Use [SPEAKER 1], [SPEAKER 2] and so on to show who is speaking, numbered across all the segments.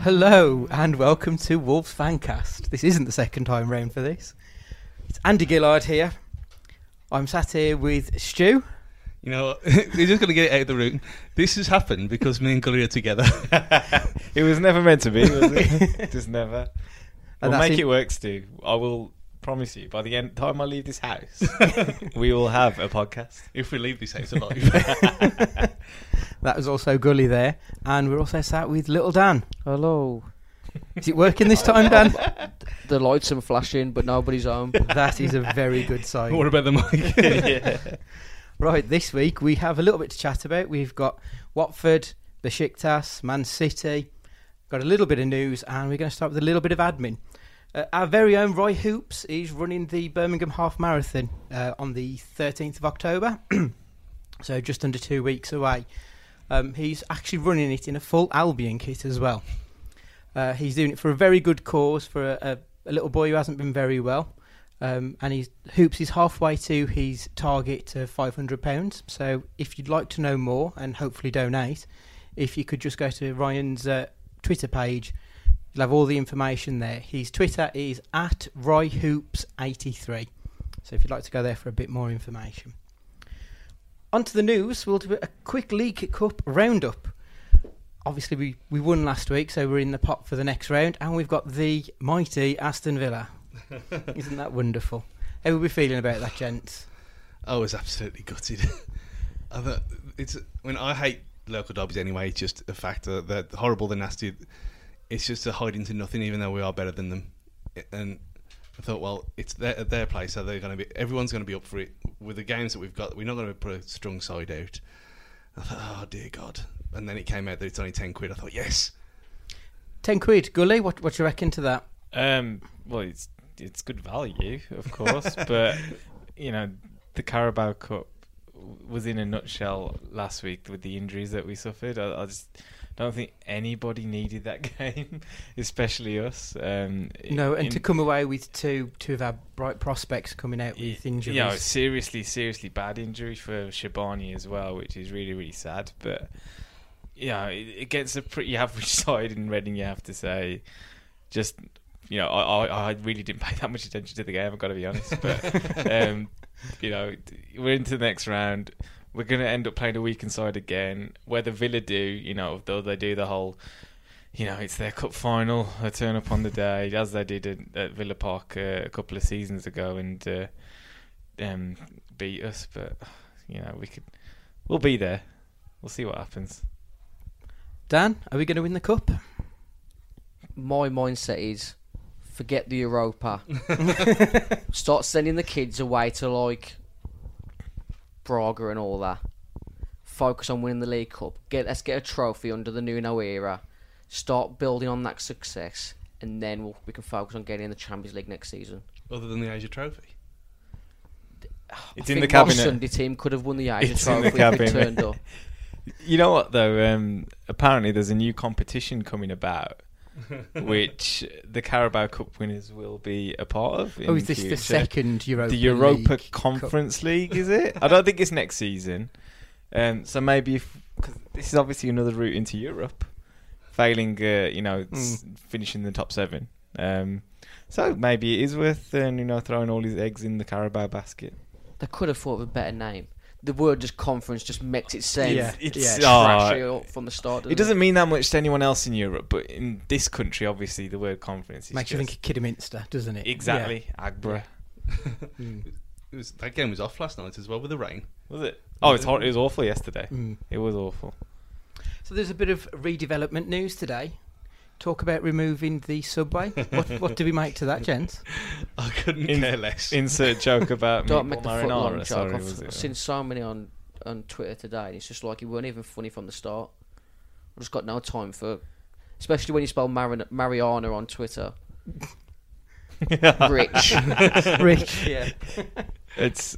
[SPEAKER 1] Hello and welcome to Wolves Fancast. This isn't the second time round for this. It's Andy Gillard here. I'm sat here with Stu.
[SPEAKER 2] You know, we're just going to get it out of the room. This has happened because me and Gully are together.
[SPEAKER 3] It was never meant to be, was it? Just never.
[SPEAKER 1] And
[SPEAKER 3] We'll
[SPEAKER 1] that's
[SPEAKER 3] make
[SPEAKER 1] it.
[SPEAKER 3] it work, Stu. I will promise you, by the end time I leave this house, we will have a podcast.
[SPEAKER 2] if we leave this house alive.
[SPEAKER 1] That was also Gully there, and we're also sat with Little Dan.
[SPEAKER 4] Hello.
[SPEAKER 1] Is it working this time, Dan?
[SPEAKER 4] The lights are flashing, but nobody's home.
[SPEAKER 1] that is a very good sign.
[SPEAKER 2] what about the mic?
[SPEAKER 1] Right, this week we have a little bit to chat about. We've got Watford, Besiktas, Man City, got a little bit of news, and we're going to start with a little bit of admin. Uh, our very own Roy Hoops is running the Birmingham Half Marathon uh, on the 13th of October, so just under two weeks away. Um, he's actually running it in a full Albion kit as well. Uh, he's doing it for a very good cause for a, a, a little boy who hasn't been very well um, and he's hoops is halfway to his target of five hundred pounds. So if you'd like to know more and hopefully donate, if you could just go to Ryan's uh, Twitter page, you'll have all the information there. His Twitter is at royhoops83. So if you'd like to go there for a bit more information. Onto the news, we'll do a quick League Cup roundup. Obviously, we, we won last week, so we're in the pot for the next round, and we've got the mighty Aston Villa. Isn't that wonderful? How are we feeling about that, gents?
[SPEAKER 2] I was absolutely gutted. I thought it's when I hate local derbies anyway. It's just a fact that they're horrible, they're nasty. It's just a hide into nothing, even though we are better than them. And I thought, well, it's their, at their place, so they're going to be. Everyone's going to be up for it with the games that we've got. We're not going to put a strong side out. I thought, oh dear God! And then it came out that it's only ten quid. I thought, yes,
[SPEAKER 1] Ten quid, Gully. What what you reckon to that?
[SPEAKER 3] Um, well, it's it's good value, of course, but you know the Carabao Cup was in a nutshell last week with the injuries that we suffered. I, I just don't think anybody needed that game, especially us. Um,
[SPEAKER 1] No, and
[SPEAKER 3] in-
[SPEAKER 1] to come away with two two of our bright prospects coming out
[SPEAKER 3] Yeah,
[SPEAKER 1] with injuries.
[SPEAKER 3] Yeah, seriously, seriously bad injury for Shabani as well, which is really, really sad. But yeah, it, it gets a pretty average side in Reading, you have to say. Just you know, I, I, I really didn't pay that much attention to the game. I've got to be honest, but um, you know, we're into the next round. We're going to end up playing a weakened side again. Whether Villa do, you know, though they do the whole you know, it's their cup final. They turn up on the day, as they did at, at Villa Park uh, a couple of seasons ago, and uh, um, beat us. But you know, we could, we'll be there. We'll see what happens.
[SPEAKER 1] Dan, are we going to win the cup?
[SPEAKER 4] My mindset is forget the Europa. Start sending the kids away to like Braga and all that. Focus on winning the League Cup. Get let's get a trophy under the Nuno era. Start building on that success, and then we'll, we can focus on getting in the Champions League next season.
[SPEAKER 2] other than the Asia Trophy.
[SPEAKER 3] It's
[SPEAKER 4] I
[SPEAKER 3] in the
[SPEAKER 4] think our
[SPEAKER 3] cabinet.
[SPEAKER 4] Sunday team could have won the Asia
[SPEAKER 3] It's in
[SPEAKER 4] Trophy
[SPEAKER 3] the
[SPEAKER 4] if they
[SPEAKER 3] cabinet.
[SPEAKER 4] turned up.
[SPEAKER 3] You know what though? Um, apparently, there's a new competition coming about, which the Carabao Cup winners will be a part of. in
[SPEAKER 1] oh, is this the
[SPEAKER 3] future.
[SPEAKER 1] second Europa?
[SPEAKER 3] the Europa
[SPEAKER 1] League
[SPEAKER 3] Conference League, is it? I don't think it's next season. Um, so maybe if cause this is obviously another route into Europe, failing, uh, you know, s-
[SPEAKER 1] Hmm.
[SPEAKER 3] finishing the top seven. Um, so maybe it is worth, uh, you know, throwing all his eggs in the Carabao basket.
[SPEAKER 4] They could have thought of a better name. The word just conference just makes it sound
[SPEAKER 1] Yeah, yeah.
[SPEAKER 3] It's-
[SPEAKER 4] trashy
[SPEAKER 3] oh,
[SPEAKER 4] up from the start.
[SPEAKER 3] it doesn't mean that much to anyone else in Europe, but in this country, obviously, the word conference is
[SPEAKER 1] Makes you
[SPEAKER 3] just-
[SPEAKER 1] think of Kidderminster, doesn't it?
[SPEAKER 3] exactly Agbra.
[SPEAKER 1] Yeah. Mm,
[SPEAKER 2] It was, that game was off last night as well with the rain.
[SPEAKER 3] Was it? Oh, it's hor- it was awful yesterday.
[SPEAKER 1] mm.
[SPEAKER 3] It was awful.
[SPEAKER 1] So there's a bit of redevelopment news today. Talk about removing the subway. what what do we make to that, gents?
[SPEAKER 2] I couldn't
[SPEAKER 3] In-
[SPEAKER 2] care less.
[SPEAKER 3] Insert joke about
[SPEAKER 4] Don't
[SPEAKER 3] meatball
[SPEAKER 4] make the
[SPEAKER 3] marinara.
[SPEAKER 4] foot long joke.
[SPEAKER 3] Sorry,
[SPEAKER 4] I've,
[SPEAKER 3] was it?
[SPEAKER 4] I've seen so many on on Twitter today, and it's just like it weren't even funny from the start. I've just got no time for, especially when you spell Marin- Mariana on Twitter. Rich.
[SPEAKER 1] Rich, yeah.
[SPEAKER 3] It's.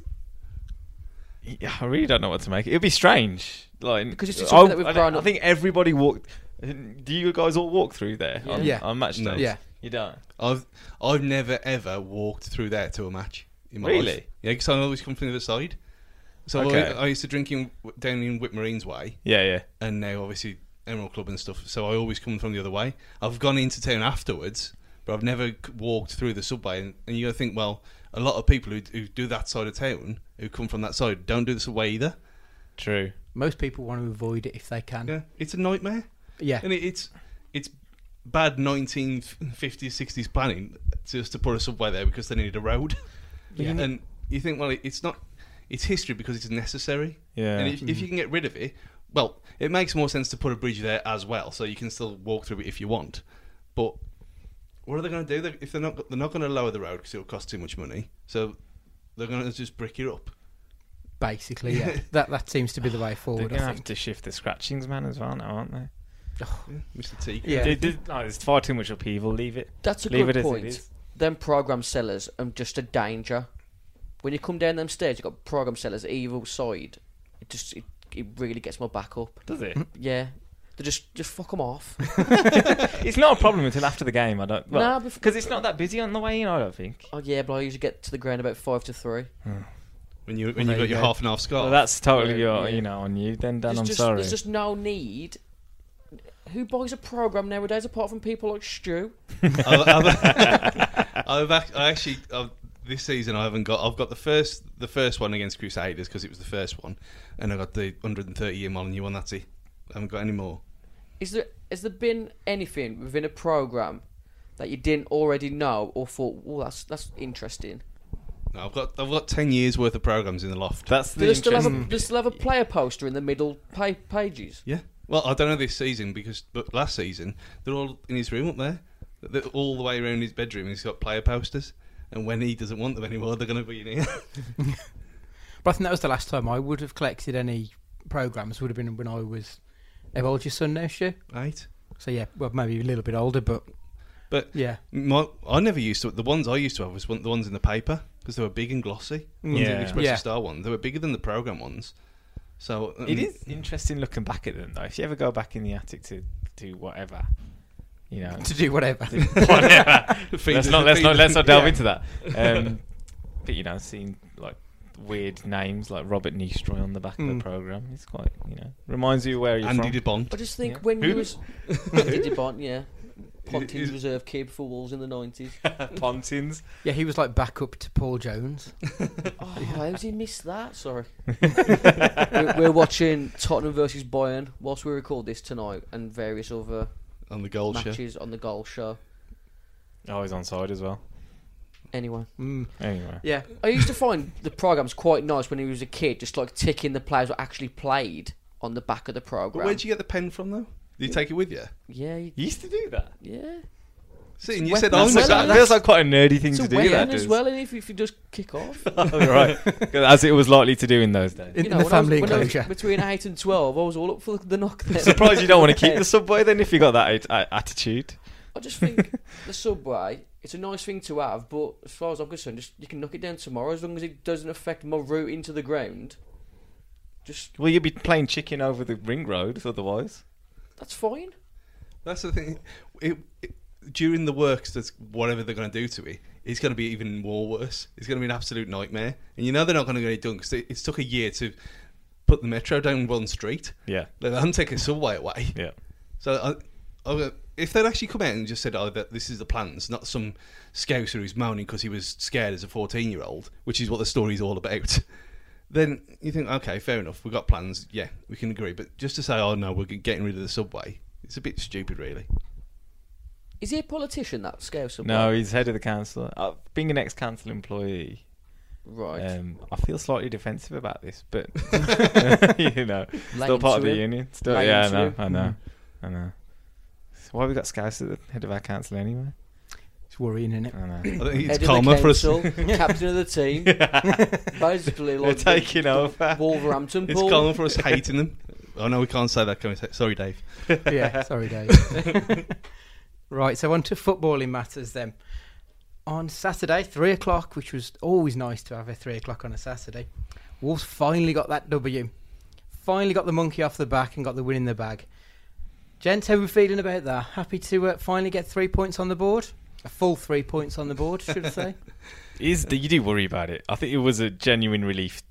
[SPEAKER 3] Yeah, I really don't know what to make. It'll be strange, like
[SPEAKER 4] Because it's just
[SPEAKER 3] I-
[SPEAKER 4] something that we've
[SPEAKER 3] I,
[SPEAKER 4] grown
[SPEAKER 3] I
[SPEAKER 4] up-
[SPEAKER 3] think everybody walked. Do you guys all walk through there?
[SPEAKER 4] Yeah.
[SPEAKER 3] On,
[SPEAKER 1] Yeah.
[SPEAKER 3] On match
[SPEAKER 2] No.
[SPEAKER 3] days?
[SPEAKER 1] Yeah.
[SPEAKER 3] You don't.
[SPEAKER 2] I've I've never ever walked through there to a match in my
[SPEAKER 3] Really?
[SPEAKER 2] life. Yeah, because I always come from the other side. So I-
[SPEAKER 3] Okay.
[SPEAKER 2] I, used to drink in down in Whitmarines Way,
[SPEAKER 3] Yeah, yeah.
[SPEAKER 2] and now obviously Emerald Club and stuff, so I always come from the other way. I've gone into town afterwards, but I've never c- walked through the subway. And, and you got to think, well, a lot of people who, who do that side of town, who come from that side, don't do the subway either.
[SPEAKER 3] True.
[SPEAKER 1] Most people want to avoid it if they can.
[SPEAKER 2] Yeah, it's a nightmare,
[SPEAKER 1] Yeah.
[SPEAKER 2] and it, it's it's bad 1950s, 60s planning just to put a subway there because they needed a road.
[SPEAKER 1] Yeah.
[SPEAKER 2] And you think, well, it, it's not. It's history because it's necessary.
[SPEAKER 3] Yeah.
[SPEAKER 2] And if, if you can get rid of it, well, it makes more sense to put a bridge there as well, so you can still walk through it if you want. But what are they going to do They- if they're not they're not going to lower the road because it'll cost too much money? So they're going to just brick it up.
[SPEAKER 1] Basically, yeah. that that seems to be the way
[SPEAKER 3] They're
[SPEAKER 1] forward.
[SPEAKER 3] gonna
[SPEAKER 1] I
[SPEAKER 3] have
[SPEAKER 1] think.
[SPEAKER 3] to shift the scratchings man as well now, aren't they?
[SPEAKER 2] Yeah, Mr. T.
[SPEAKER 1] Yeah.
[SPEAKER 3] They did- no, there's far too much upheaval. Leave it.
[SPEAKER 4] That's a
[SPEAKER 3] Leave
[SPEAKER 4] good
[SPEAKER 3] it
[SPEAKER 4] point.
[SPEAKER 3] as it is.
[SPEAKER 4] Them program sellers are just a danger. When you come down them stairs, you've got program sellers evil side. It just it, it really gets my back up.
[SPEAKER 3] Does it?
[SPEAKER 4] Yeah, they just just fuck them off.
[SPEAKER 3] it's not a problem until after the game. I don't.
[SPEAKER 4] Nah,
[SPEAKER 3] Well,
[SPEAKER 4] bef-
[SPEAKER 3] because it's not that busy on the way in. I don't think.
[SPEAKER 4] oh yeah, but I usually get to the ground about five to three.
[SPEAKER 2] When you when
[SPEAKER 1] Well,
[SPEAKER 2] you
[SPEAKER 1] there
[SPEAKER 2] got
[SPEAKER 1] you
[SPEAKER 2] your
[SPEAKER 1] go.
[SPEAKER 2] half and half scarf.
[SPEAKER 3] Well, that's totally
[SPEAKER 4] Yeah,
[SPEAKER 3] your,
[SPEAKER 4] yeah.
[SPEAKER 3] you know, on you. Then, Dan,
[SPEAKER 4] there's
[SPEAKER 3] I'm
[SPEAKER 4] just,
[SPEAKER 3] sorry.
[SPEAKER 4] There's just no need. Who buys a program nowadays apart from people like Stu?
[SPEAKER 2] I've, I've- I've ac- I actually I've, this season I haven't got. I've got the first the first one against Crusaders because it was the first one, and I got the 130 year Molyneux one. That's it. I haven't got any more.
[SPEAKER 4] Is there has there been anything within a program that you didn't already know or thought, oh, that's that's interesting?
[SPEAKER 2] No, I've got I've got 10 years worth of programs in the loft.
[SPEAKER 3] That's
[SPEAKER 4] Do
[SPEAKER 3] the
[SPEAKER 4] they still have a,
[SPEAKER 3] interesting-
[SPEAKER 4] do they still have a player poster in the middle pa- pages?
[SPEAKER 2] Yeah. Well, I don't know this season because but last season they're all in his room up there, They're all the way around his bedroom. He's got player posters, and when he doesn't want them anymore, they're going to be in here.
[SPEAKER 1] But I think that was the last time I would have collected any programs. Would have been when I was how old your son now, Stu?
[SPEAKER 2] right.
[SPEAKER 1] So yeah, well maybe a little bit older, but
[SPEAKER 2] But
[SPEAKER 1] yeah,
[SPEAKER 2] my, I never used to. The ones I used to have was one, the ones in the paper because they were big and glossy. The ones in
[SPEAKER 3] Yeah.
[SPEAKER 2] the Express
[SPEAKER 1] Yeah.
[SPEAKER 2] Star one. They were bigger than the program ones. So um,
[SPEAKER 3] It is interesting looking back at them, though. If you ever go back in the attic to do whatever, you know,
[SPEAKER 1] to do whatever.
[SPEAKER 3] whatever.
[SPEAKER 2] Feed
[SPEAKER 3] let's
[SPEAKER 2] us-
[SPEAKER 3] not let's
[SPEAKER 2] feed
[SPEAKER 3] not let's
[SPEAKER 2] us.
[SPEAKER 3] not delve
[SPEAKER 2] Yeah.
[SPEAKER 3] into that. Um, but you know, seeing like weird names like Robert Nistroy on the back of
[SPEAKER 1] Mm.
[SPEAKER 3] the program, it's quite you know reminds you where you're
[SPEAKER 2] Andy
[SPEAKER 3] from.
[SPEAKER 2] DeBond.
[SPEAKER 4] I just think
[SPEAKER 3] Yeah.
[SPEAKER 4] when
[SPEAKER 2] Who?
[SPEAKER 4] you was Andy DeBont, yeah,
[SPEAKER 2] Is-
[SPEAKER 4] Ponting's reserve kid for Wolves in the nineties.
[SPEAKER 3] Pontins.
[SPEAKER 1] Yeah, he was like backup to Paul Jones.
[SPEAKER 4] Oh, how did he miss that? Sorry. we're, we're watching Tottenham versus Bayern whilst we record this tonight, and various other
[SPEAKER 2] on the gold show.
[SPEAKER 4] matches on the goal show.
[SPEAKER 3] Oh, he's on side as well.
[SPEAKER 4] Anyway,
[SPEAKER 1] Mm.
[SPEAKER 3] Anyway,
[SPEAKER 1] Yeah,
[SPEAKER 4] I used to find the programs quite nice when he was a kid, just like ticking the players that actually played on the back of the
[SPEAKER 2] But
[SPEAKER 4] program.
[SPEAKER 2] where'd you get the pen from though? Did you take it with you?
[SPEAKER 4] Yeah, you-
[SPEAKER 3] you used to do that.
[SPEAKER 4] yeah.
[SPEAKER 2] See, and you
[SPEAKER 1] Well,
[SPEAKER 2] said
[SPEAKER 1] that's
[SPEAKER 2] I'm
[SPEAKER 1] well,
[SPEAKER 2] the
[SPEAKER 3] that
[SPEAKER 2] bad-
[SPEAKER 3] feels like quite a nerdy thing
[SPEAKER 4] It's a
[SPEAKER 3] to do.
[SPEAKER 4] weapon
[SPEAKER 3] That
[SPEAKER 4] as well, and if, if you just kick off.
[SPEAKER 3] right? As it was likely to do in those days.
[SPEAKER 1] in,
[SPEAKER 4] You
[SPEAKER 1] in the
[SPEAKER 4] know, when I was-
[SPEAKER 1] family
[SPEAKER 4] when I was
[SPEAKER 1] enclosure.
[SPEAKER 4] between eight and twelve, I was all up for the knock. Then.
[SPEAKER 3] Surprised you don't want to keep
[SPEAKER 4] Yeah.
[SPEAKER 3] the subway then if you got that at- at- attitude.
[SPEAKER 4] I just think the subway. It's a nice thing to have, but as far as I'm concerned, just you can knock it down tomorrow as long as it doesn't affect my route into the ground. Just
[SPEAKER 3] Well, you'd be playing chicken over the ring road otherwise.
[SPEAKER 4] that's fine.
[SPEAKER 2] That's the thing. It, it, during the works, that's whatever they're going to do to it. It's going to be even more worse. It's going to be an absolute nightmare. And you know they're not going to get it done because it's took a year to put the metro down one street.
[SPEAKER 3] Yeah,
[SPEAKER 2] Let them take a subway away.
[SPEAKER 3] yeah.
[SPEAKER 2] So I, I, if they'd actually come out and just said, "Oh, that this is the plans," not some scouser who's moaning because he was scared as a fourteen-year-old, which is what the story's all about. Then you think, okay, fair enough. We've got plans. Yeah, we can agree. But just to say, oh no, we're getting rid of the subway, it's a bit stupid, really.
[SPEAKER 4] Is he a politician that scale subway?
[SPEAKER 3] No, he's head of the council. Uh, being an ex-council employee,
[SPEAKER 4] right.
[SPEAKER 3] um, I feel slightly defensive about this, but you know, still
[SPEAKER 4] Lame
[SPEAKER 3] part of
[SPEAKER 4] to
[SPEAKER 3] the
[SPEAKER 4] him.
[SPEAKER 3] union. Still,
[SPEAKER 4] Lame
[SPEAKER 3] yeah, I
[SPEAKER 4] to
[SPEAKER 3] know,
[SPEAKER 4] him.
[SPEAKER 3] I know, I know. So why have we got Scouse at the head of our council anyway?
[SPEAKER 1] It's worrying, isn't it?
[SPEAKER 3] I know.
[SPEAKER 2] I think
[SPEAKER 4] Head of
[SPEAKER 2] it's
[SPEAKER 4] the
[SPEAKER 2] karma for us.
[SPEAKER 4] council, captain of the team, basically
[SPEAKER 3] We're
[SPEAKER 4] like the
[SPEAKER 3] taking over.
[SPEAKER 4] Wolverhampton.
[SPEAKER 2] It's
[SPEAKER 4] Paul.
[SPEAKER 2] karma for us hating them. Oh no, we can't say that. Can we say? Sorry, Dave.
[SPEAKER 1] yeah, sorry, Dave. right, so on to footballing matters then. On Saturday, three o'clock, which was always nice to have a three o'clock on a Saturday, Wolves finally got that W. Finally got the monkey off the back and got the win in the bag. Gents, how are we feeling about that? Happy to uh, finally get three points on the board? A full three points on the board, should I say?
[SPEAKER 3] Is the, you do worry about it? I think it was a genuine relief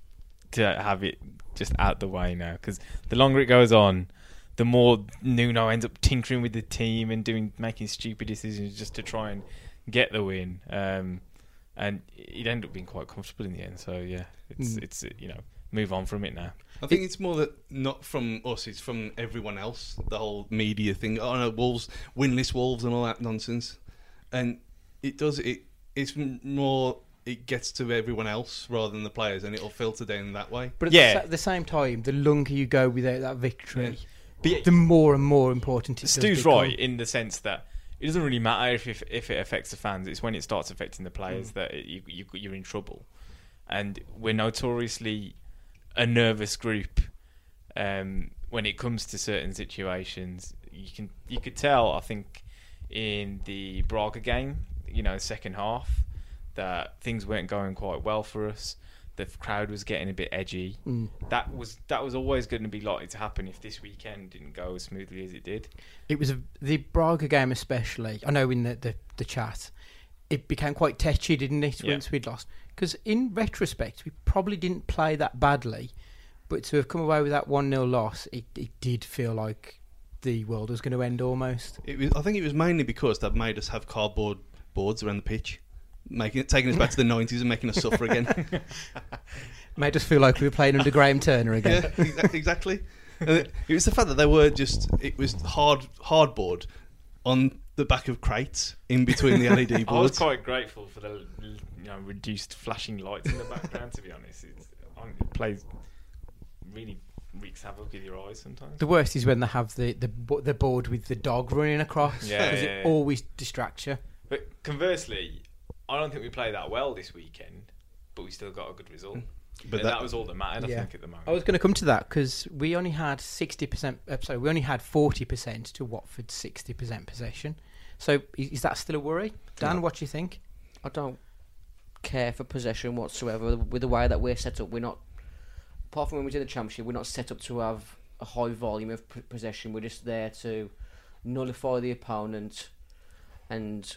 [SPEAKER 3] to have it just out the way now because the longer it goes on, the more Nuno ends up tinkering with the team and doing making stupid decisions just to try and get the win. Um, and it ended up being quite comfortable in the end. So yeah, it's
[SPEAKER 1] Mm.
[SPEAKER 3] it's you know move on from it now.
[SPEAKER 2] I think it's more that not from us, it's from everyone else. The whole media thing. Oh no, Wolves, winless Wolves, and all that nonsense. And it does it. It's m- more. It gets to everyone else rather than the players, and it'll filter down that way.
[SPEAKER 1] But at
[SPEAKER 3] Yeah.
[SPEAKER 1] the, sa- the same time, the longer you go without that victory,
[SPEAKER 3] But yeah,
[SPEAKER 1] the more and more important it does
[SPEAKER 3] Stu's
[SPEAKER 1] become.
[SPEAKER 3] right in the sense that it doesn't really matter if if, if it affects the fans. It's when it starts affecting the
[SPEAKER 1] Mm.
[SPEAKER 3] players that it, you, you you're in trouble. And we're notoriously a nervous group um, when it comes to certain situations. You can you could tell. I think in the Braga game, you know, second half, that things weren't going quite well for us. The crowd was getting a bit edgy.
[SPEAKER 1] Mm.
[SPEAKER 3] That was that was always going to be likely to happen if this weekend didn't go as smoothly as it did.
[SPEAKER 1] It was a, the Braga game, especially. I know in the, the, the chat, it became quite tetchy, didn't it,
[SPEAKER 3] Yeah.
[SPEAKER 1] once we'd lost? Because in retrospect, we probably didn't play that badly, but to have come away with that 1 0 loss, it, it did feel like the world was going to end almost.
[SPEAKER 2] It was, I think it was mainly because that made us have cardboard boards around the pitch, making it taking us back to the nineties and making us suffer again.
[SPEAKER 1] Made us feel like we were playing under Graham Turner again.
[SPEAKER 2] yeah, exa- exactly. And it, it was the fact that they were just it was hard hardboard on the back of crates in between the LED
[SPEAKER 3] I was
[SPEAKER 2] boards.
[SPEAKER 3] quite grateful for the you know reduced flashing lights in the background. to be honest, it's, um, it plays really wreaks havoc with your eyes sometimes.
[SPEAKER 1] The worst is when they have the, the, bo- the board with the dog running across.
[SPEAKER 3] Yeah,
[SPEAKER 1] 'cause
[SPEAKER 3] yeah,
[SPEAKER 1] it
[SPEAKER 3] yeah.
[SPEAKER 1] always distracts you.
[SPEAKER 3] But conversely, I don't think we play that well this weekend, but we still got a good result. But
[SPEAKER 2] Hmm. But
[SPEAKER 3] that,
[SPEAKER 2] that-
[SPEAKER 3] was all that mattered, I
[SPEAKER 1] Yeah.
[SPEAKER 3] think, at the moment.
[SPEAKER 1] I was going to come to that because we only had sixty percent. Uh, sorry, we only had forty percent to Watford's sixty percent possession. So is, is that still a worry, Dan? What do you think?
[SPEAKER 4] I don't care for possession whatsoever with the way that we're set up. We're not, apart from when we did the championship, we're not set up to have a high volume of p- possession. We're just there to nullify the opponent and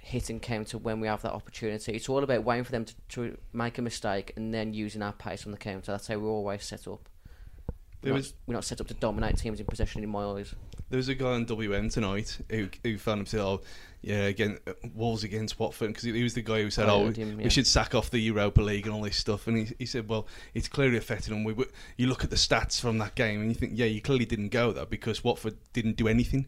[SPEAKER 4] hit and counter when we have that opportunity. It's all about waiting for them to, to make a mistake and then using our pace on the counter. That's how we're always set up. We're
[SPEAKER 2] There
[SPEAKER 4] not,
[SPEAKER 2] was-
[SPEAKER 4] we're not set up to dominate teams in possession in my eyes.
[SPEAKER 2] There was a guy on WM tonight who who found himself, oh, yeah, again Wolves against Watford because he, he was the guy who said,
[SPEAKER 4] I
[SPEAKER 2] oh,
[SPEAKER 4] heard him,
[SPEAKER 2] we
[SPEAKER 4] yeah.
[SPEAKER 2] should sack off the Europa League and all this stuff, and he, he said, well, it's clearly affecting them. We, we you look at the stats from that game and you think, yeah, you clearly didn't go there because Watford didn't do anything.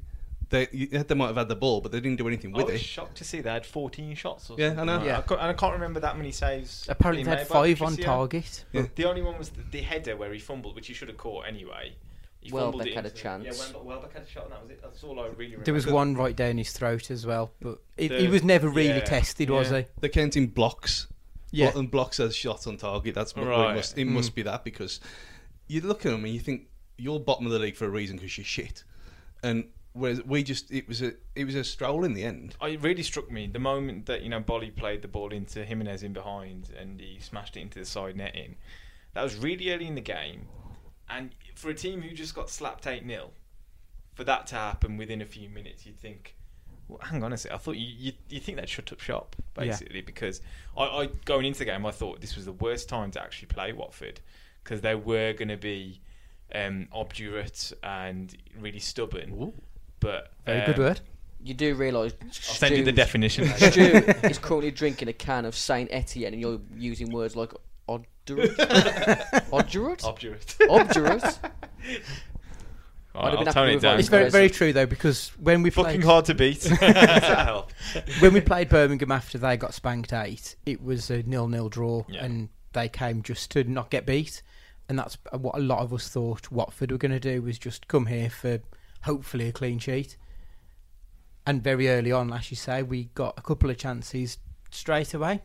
[SPEAKER 2] They you- they might have had the ball, but they didn't do anything
[SPEAKER 3] I
[SPEAKER 4] Oh,
[SPEAKER 2] with
[SPEAKER 3] was
[SPEAKER 2] it.
[SPEAKER 3] shocked to see they had 14 shots or
[SPEAKER 2] Yeah, I
[SPEAKER 3] something.
[SPEAKER 2] know.
[SPEAKER 3] like
[SPEAKER 1] Yeah.
[SPEAKER 3] that. I can't- and I can't remember that many saves.
[SPEAKER 1] Apparently,
[SPEAKER 3] being
[SPEAKER 1] they had
[SPEAKER 3] made by
[SPEAKER 1] five on
[SPEAKER 3] Patricio.
[SPEAKER 1] target.
[SPEAKER 2] Yeah.
[SPEAKER 3] The only one was the, the header where he fumbled, which he should have caught anyway. He fumbled
[SPEAKER 4] Welbeck
[SPEAKER 3] it
[SPEAKER 4] had a
[SPEAKER 3] into the-
[SPEAKER 4] chance.
[SPEAKER 3] Yeah, Welbeck- Welbeck had a shot, and that was it. That's all I really remember.
[SPEAKER 1] There was one right down his throat as well, but it, he
[SPEAKER 3] The-
[SPEAKER 1] was never really
[SPEAKER 3] yeah,
[SPEAKER 1] tested, was
[SPEAKER 3] yeah.
[SPEAKER 1] he?
[SPEAKER 2] They're counting blocks.
[SPEAKER 1] Yeah.
[SPEAKER 2] Blo- and blocks as shots on target. That's what
[SPEAKER 3] Right.
[SPEAKER 2] it must. It must be that because you look at them and you think you're bottom of the league for a reason because you're shit. And whereas we just, it was a, it was a stroll in the end.
[SPEAKER 3] It really struck me the moment that you know Bolly played the ball into Jimenez in behind and he smashed it into the side netting. That was really early in the game, and for a team who just got slapped eight 0 for that to happen within a few minutes, you'd think, well, hang on a sec. I thought you you, you think that shut up shop basically because I, I going into the game, I thought this was the worst time to actually play Watford because they were going to be um, obdurate and really stubborn. But
[SPEAKER 1] Very
[SPEAKER 3] um,
[SPEAKER 1] good word.
[SPEAKER 4] You do realise.
[SPEAKER 3] I'll send you the
[SPEAKER 4] Stu's-
[SPEAKER 3] definition.
[SPEAKER 4] Stu is currently drinking a can of Saint Etienne, and you're using words like obdurate, obdurate,
[SPEAKER 3] Obdurate.
[SPEAKER 4] obdurate. I'd have
[SPEAKER 3] I'll tone
[SPEAKER 4] been happy
[SPEAKER 3] it
[SPEAKER 4] with
[SPEAKER 3] down.
[SPEAKER 4] that.
[SPEAKER 1] It's very,
[SPEAKER 4] Yes.
[SPEAKER 1] very true though, because when we
[SPEAKER 3] fucking
[SPEAKER 1] played,
[SPEAKER 3] hard to beat. Does that help?
[SPEAKER 1] when we played Birmingham after they got spanked eight, it was a nil-nil draw,
[SPEAKER 3] Yeah.
[SPEAKER 1] and they came just to not get beat, and that's what a lot of us thought Watford were going to do was just come here for hopefully a clean sheet. And very early on, as you say, we got a couple of chances straight away.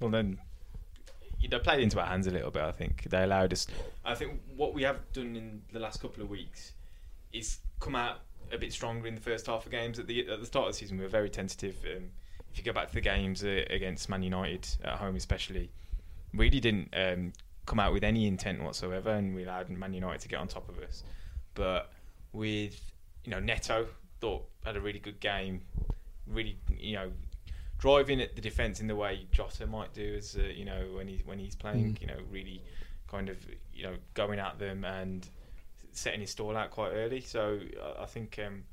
[SPEAKER 3] Well, then you know, played into our hands a little bit. I think they allowed us. I think what we have done in the last couple of weeks is come out a bit stronger in the first half of games. At the at the start of the season, we were very tentative. Um, if you go back to the games uh, against Man United at home, especially, really didn't um, come out with any intent whatsoever, and we allowed Man United to get on top of us. But with you know Neto, thought had a really good game, really you know driving at the defense in the way Jota might do, as uh, you know when he when he's playing, you know really kind of you know going at them and setting his stall out quite early. So I, I think um,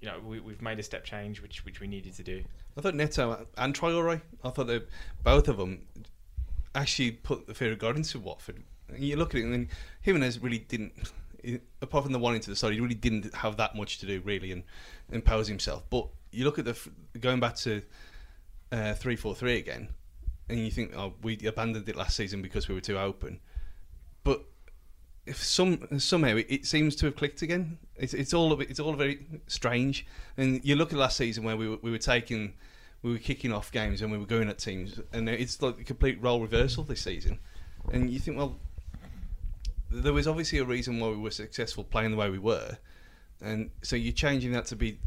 [SPEAKER 3] you know we, we've made a step change, which which we needed to do.
[SPEAKER 2] I thought Neto and Traore, I thought they both of them actually put the fear of God into Watford. And you look at it, and then Jimenez really didn't, apart from the one into the side, he really didn't have that much to do, really, and impose himself. But you look at the f- going back to uh, 3 4 3 again, and you think, oh, we abandoned it last season because we were too open. But if some somehow it, it seems to have clicked again. It's it's all a bit- it's all very strange. And you look at last season where we were, we were taking we were kicking off games and we were going at teams, and it's like a complete role reversal this season. And you think, well, there was obviously a reason why we were successful playing the way we were, and so you're changing that to be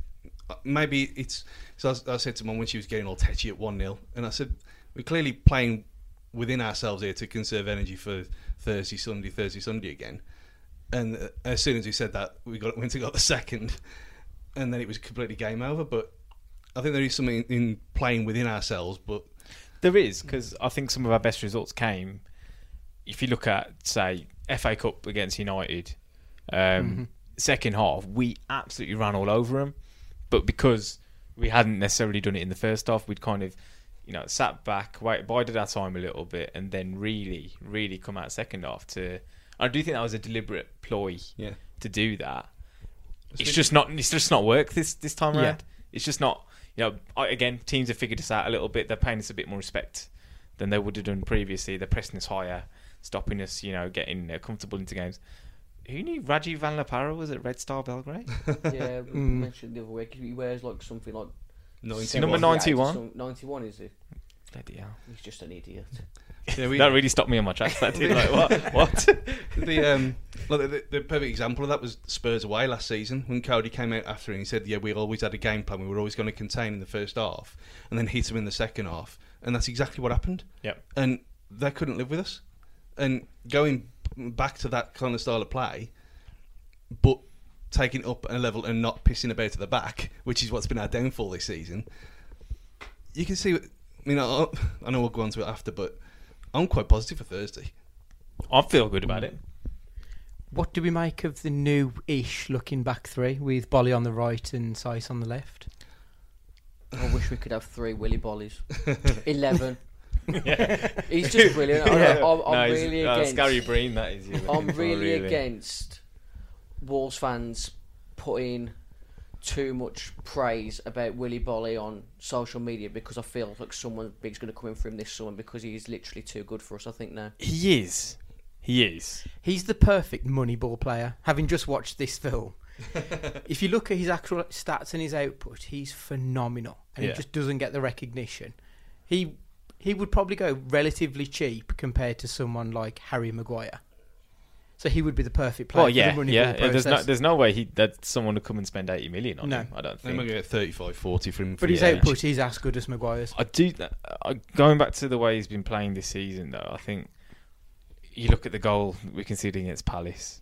[SPEAKER 2] uh, maybe it's. So I, s- I said to mum when she was getting all tetchy at one 0 and I said we're clearly playing within ourselves here to conserve energy for Thursday, Sunday, Thursday, Sunday again. And uh, as soon as we said that, we got went to got the second, and then it was completely game over. But I think there is something in, in playing within ourselves, but
[SPEAKER 3] There is because I think some of our best results came. If you look at say FA Cup against United, um, second half we absolutely ran all over them, but because we hadn't necessarily done it in the first half, we'd kind of you know sat back, wait, bided our time a little bit, and then really, really come out second half to. I do think that was a deliberate ploy
[SPEAKER 2] Yeah.
[SPEAKER 3] to do that. It's
[SPEAKER 2] been-
[SPEAKER 3] just not. It's just not work this this time
[SPEAKER 1] Yeah.
[SPEAKER 3] around. It's just not. You know, I- again, teams have figured us out a little bit. They're paying us a bit more respect than they would have done previously. They're pressing us higher, stopping us. You know, getting uh, comfortable into games. Who knew Rajiv Van Lapara was at Red Star Belgrade?
[SPEAKER 4] yeah, we
[SPEAKER 1] Mm.
[SPEAKER 4] mentioned the other week. He wears like something like
[SPEAKER 2] ninety
[SPEAKER 3] Number
[SPEAKER 2] one.
[SPEAKER 3] nine. 91?
[SPEAKER 4] 91. 91 is it?
[SPEAKER 3] Bloody hell!
[SPEAKER 4] He's just an idiot.
[SPEAKER 2] Yeah, we-
[SPEAKER 3] that really stopped me on my tracks. That did like what? What?
[SPEAKER 2] the um, well, the, the perfect example of that was Spurs away last season when Cody came out after and he said, "Yeah, we always had a game plan. We were always going to contain in the first half and then hit them in the second half." And that's exactly what happened.
[SPEAKER 3] Yep.
[SPEAKER 2] And they couldn't live with us. And going back to that kind of style of play, but taking up a level and not pissing about at the back, which is what's been our downfall this season. You can see. I mean, I, I know we'll go on to it after, but I'm quite positive for Thursday.
[SPEAKER 3] I feel good about it.
[SPEAKER 1] What do we make of the new-ish looking back three with Bolly on the right and Sice on the left?
[SPEAKER 4] I wish we could have three Willy Bollies. 11.
[SPEAKER 3] Yeah.
[SPEAKER 4] He's just brilliant. I- I'm, I'm,
[SPEAKER 3] No, he's-
[SPEAKER 4] really
[SPEAKER 3] oh,
[SPEAKER 4] against.
[SPEAKER 3] Scary Breen, that is. you.
[SPEAKER 4] I'm really against Wolves fans putting too much praise about Willy Bolly on social media because I feel like someone big's going to come in for him this summer because he is literally too good for us. I think now.
[SPEAKER 3] He is. He is.
[SPEAKER 1] He's the perfect Moneyball player, having just watched this film. if you look at his actual stats and his output, he's phenomenal, and
[SPEAKER 3] Yeah.
[SPEAKER 1] he just doesn't get the recognition. He he would probably go relatively cheap compared to someone like Harry Maguire. So he would be the perfect player.
[SPEAKER 3] Well, yeah,
[SPEAKER 1] for the Moneyball
[SPEAKER 3] yeah. There's no,
[SPEAKER 1] process.
[SPEAKER 3] there's no way he that someone would come and spend eighty million on
[SPEAKER 1] No.
[SPEAKER 3] him. I don't
[SPEAKER 2] I'm going
[SPEAKER 3] think.
[SPEAKER 2] to get 35, 40 from him.
[SPEAKER 1] but his
[SPEAKER 3] yeah.
[SPEAKER 1] output is as good as Maguire's.
[SPEAKER 3] I do. I, going back to the way he's been playing this season, though, I think you look at the goal we conceded against Palace.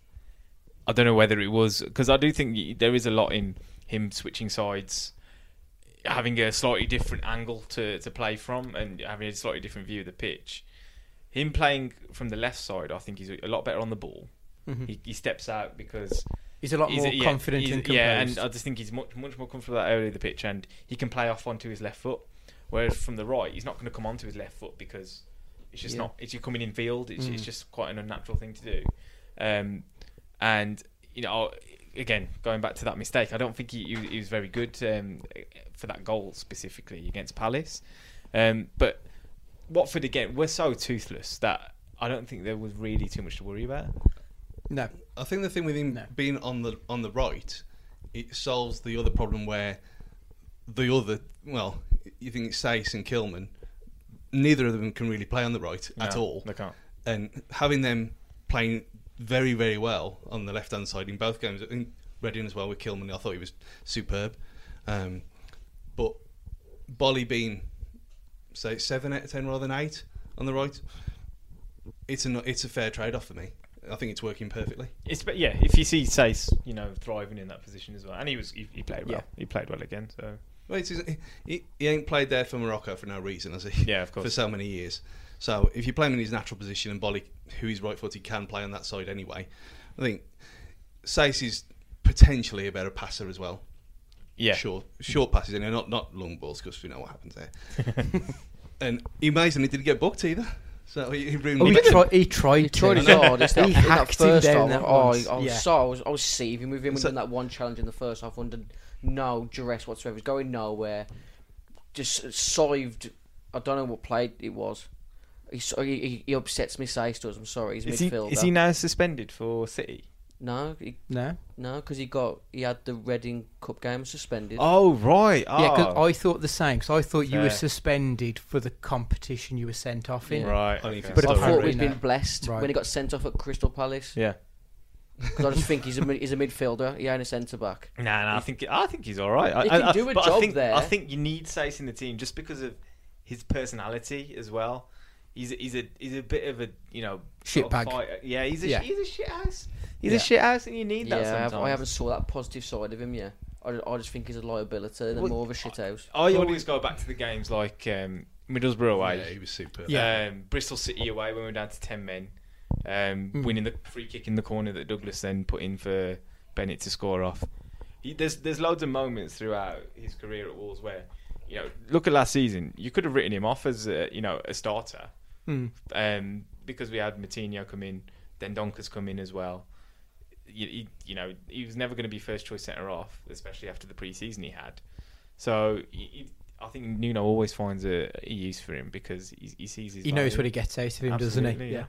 [SPEAKER 3] I don't know whether it was because I do think y- there is a lot in him switching sides, having a slightly different angle to, to play from, and having a slightly different view of the pitch. Him playing from the left side, I think he's a lot better on the ball. He, he steps out because
[SPEAKER 1] Mm-hmm. He's a lot
[SPEAKER 3] He's-
[SPEAKER 1] more
[SPEAKER 3] yeah,
[SPEAKER 1] confident
[SPEAKER 3] he's-
[SPEAKER 1] and composed.
[SPEAKER 3] yeah, and I just think he's much much more comfortable at that area of the pitch, and he can play off onto his left foot. Whereas from the right, he's not going to come onto his left foot because it's just
[SPEAKER 1] Yeah.
[SPEAKER 3] not. It's you coming in field. It's, it's
[SPEAKER 1] Mm.
[SPEAKER 3] just quite an unnatural thing to do. Um, and you know, again, going back to that mistake, I don't think he, he, was- he was very good um, for that goal specifically against Palace. Um, but Watford again, we're so toothless that I don't think there was really too much to worry about. uh,
[SPEAKER 1] no,
[SPEAKER 2] I think the thing with him
[SPEAKER 1] No.
[SPEAKER 2] being on the on the right, it solves the other problem where the other well, you think it's Sace and Kilman, neither of them can really play on the right at
[SPEAKER 3] No,
[SPEAKER 2] all,
[SPEAKER 3] they can't.
[SPEAKER 2] and having them playing very very well on the left hand side in both games, in Reading as well with Kilman, I thought he was superb, um, but Bolly being say seven out of ten rather than eight on the right, it's a it's a fair trade off for me. I think it's working perfectly.
[SPEAKER 3] It's but yeah, if you see Sace, you know, thriving in that position as well, and he was he, he played well.
[SPEAKER 1] Yeah.
[SPEAKER 3] He played well again. So
[SPEAKER 2] Well, it's, he, he ain't played there for Morocco for no reason, has he?
[SPEAKER 3] Yeah, of course.
[SPEAKER 2] For so many years. So if you play him in his natural position and Bolly, who is right footed, can play on that side anyway, I think Sace is potentially a better passer as well.
[SPEAKER 3] Yeah.
[SPEAKER 2] Short, short passes, and not not long balls because we know what happens there. and he amazingly didn't get booked either. So he, he ruined
[SPEAKER 1] Oh, he,
[SPEAKER 2] it.
[SPEAKER 1] tri- he tried.
[SPEAKER 4] He tried
[SPEAKER 1] to.
[SPEAKER 4] his hardest.
[SPEAKER 1] He
[SPEAKER 4] He
[SPEAKER 1] hacked
[SPEAKER 4] hacked
[SPEAKER 1] him
[SPEAKER 4] first
[SPEAKER 1] down.
[SPEAKER 4] half.
[SPEAKER 1] That
[SPEAKER 4] Oh,
[SPEAKER 1] once.
[SPEAKER 4] I was
[SPEAKER 1] Yeah.
[SPEAKER 4] so I was, I was seething with him. We'd
[SPEAKER 2] So-
[SPEAKER 4] done that one challenge in the first half under no duress whatsoever. He was going nowhere. Just sived. I don't know what play it was. He so- he, he, he upsets me. Says does. I'm sorry. He's
[SPEAKER 3] Is he,
[SPEAKER 4] midfielder.
[SPEAKER 3] is he now suspended for City?
[SPEAKER 4] No, he,
[SPEAKER 1] No.
[SPEAKER 4] no, because he got he had the Reading Cup game suspended.
[SPEAKER 3] Oh right.
[SPEAKER 1] Yeah, because I thought the same. Because I thought you were
[SPEAKER 3] Oh. Fair.
[SPEAKER 1] suspended for the competition you were sent off in.
[SPEAKER 3] right.
[SPEAKER 2] Only if
[SPEAKER 3] okay.
[SPEAKER 2] it's
[SPEAKER 1] But
[SPEAKER 4] I
[SPEAKER 1] I
[SPEAKER 4] thought
[SPEAKER 1] remember
[SPEAKER 4] we'd
[SPEAKER 1] now.
[SPEAKER 4] been blessed
[SPEAKER 1] Right.
[SPEAKER 4] when he got sent off at Crystal Palace.
[SPEAKER 3] yeah.
[SPEAKER 4] Because I just think he's a mid- he's a midfielder. He ain't a centre back.
[SPEAKER 3] Nah, nah, I think I think he's all right. I,
[SPEAKER 4] He
[SPEAKER 3] I-
[SPEAKER 4] can
[SPEAKER 3] I-
[SPEAKER 4] do a
[SPEAKER 3] but I
[SPEAKER 4] job
[SPEAKER 3] think,
[SPEAKER 4] there.
[SPEAKER 3] I think you need Sace in the team just because of his personality as well. He's a, he's a he's a bit of a you know sort of
[SPEAKER 1] Shitbag.
[SPEAKER 3] fighter. Yeah, he's a
[SPEAKER 1] Yeah.
[SPEAKER 3] he's a shit house. He's
[SPEAKER 1] Yeah.
[SPEAKER 3] a shit house, and you need
[SPEAKER 4] Yeah,
[SPEAKER 3] that
[SPEAKER 4] I,
[SPEAKER 3] sometimes.
[SPEAKER 4] have, I haven't saw that positive side of him yet. I, I just think he's a liability and
[SPEAKER 3] Well,
[SPEAKER 4] more of a shithouse.
[SPEAKER 3] I always go back to the games like um, Middlesbrough away.
[SPEAKER 2] Yeah, he was super.
[SPEAKER 1] Yeah.
[SPEAKER 3] Um, Bristol City away when we were down to 10 men, um,
[SPEAKER 1] Mm.
[SPEAKER 3] winning the free kick in the corner that Douglas then put in for Bennett to score off. He, there's there's loads of moments throughout his career at Wolves where, you know, look at last season. You could have written him off as a, you know a starter
[SPEAKER 1] Hmm.
[SPEAKER 3] um, because we had Matinho come in, then Donker's come in as well. You, you, you know, he was never going to be first choice centre off, especially after the pre-season he had. So he, he- I think Nuno always finds a, a use for him because he, he sees his.
[SPEAKER 1] He knows
[SPEAKER 3] value.
[SPEAKER 1] what he gets out of him, doesn't
[SPEAKER 3] Absolutely,
[SPEAKER 1] he?
[SPEAKER 3] yeah.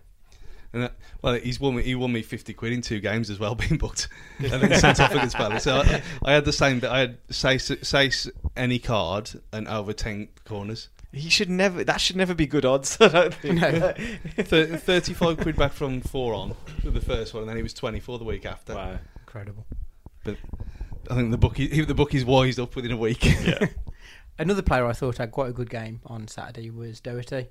[SPEAKER 2] And that, well, he's won me. He won me fifty quid in two games as well, being booked, and then sent off against Palace. So I, I had the same. But I had Sace, Sace any card and over ten corners.
[SPEAKER 3] He should never. That should never be good odds. I don't think.
[SPEAKER 1] No.
[SPEAKER 2] Thir- Thirty-five quid back from four on for the first one, and then he was twenty-four the week after.
[SPEAKER 3] Wow.
[SPEAKER 1] Incredible.
[SPEAKER 2] I think the bookie, the bookie's wised up within a week. Yeah,
[SPEAKER 1] Another player I thought had quite a good game on Saturday was Doherty.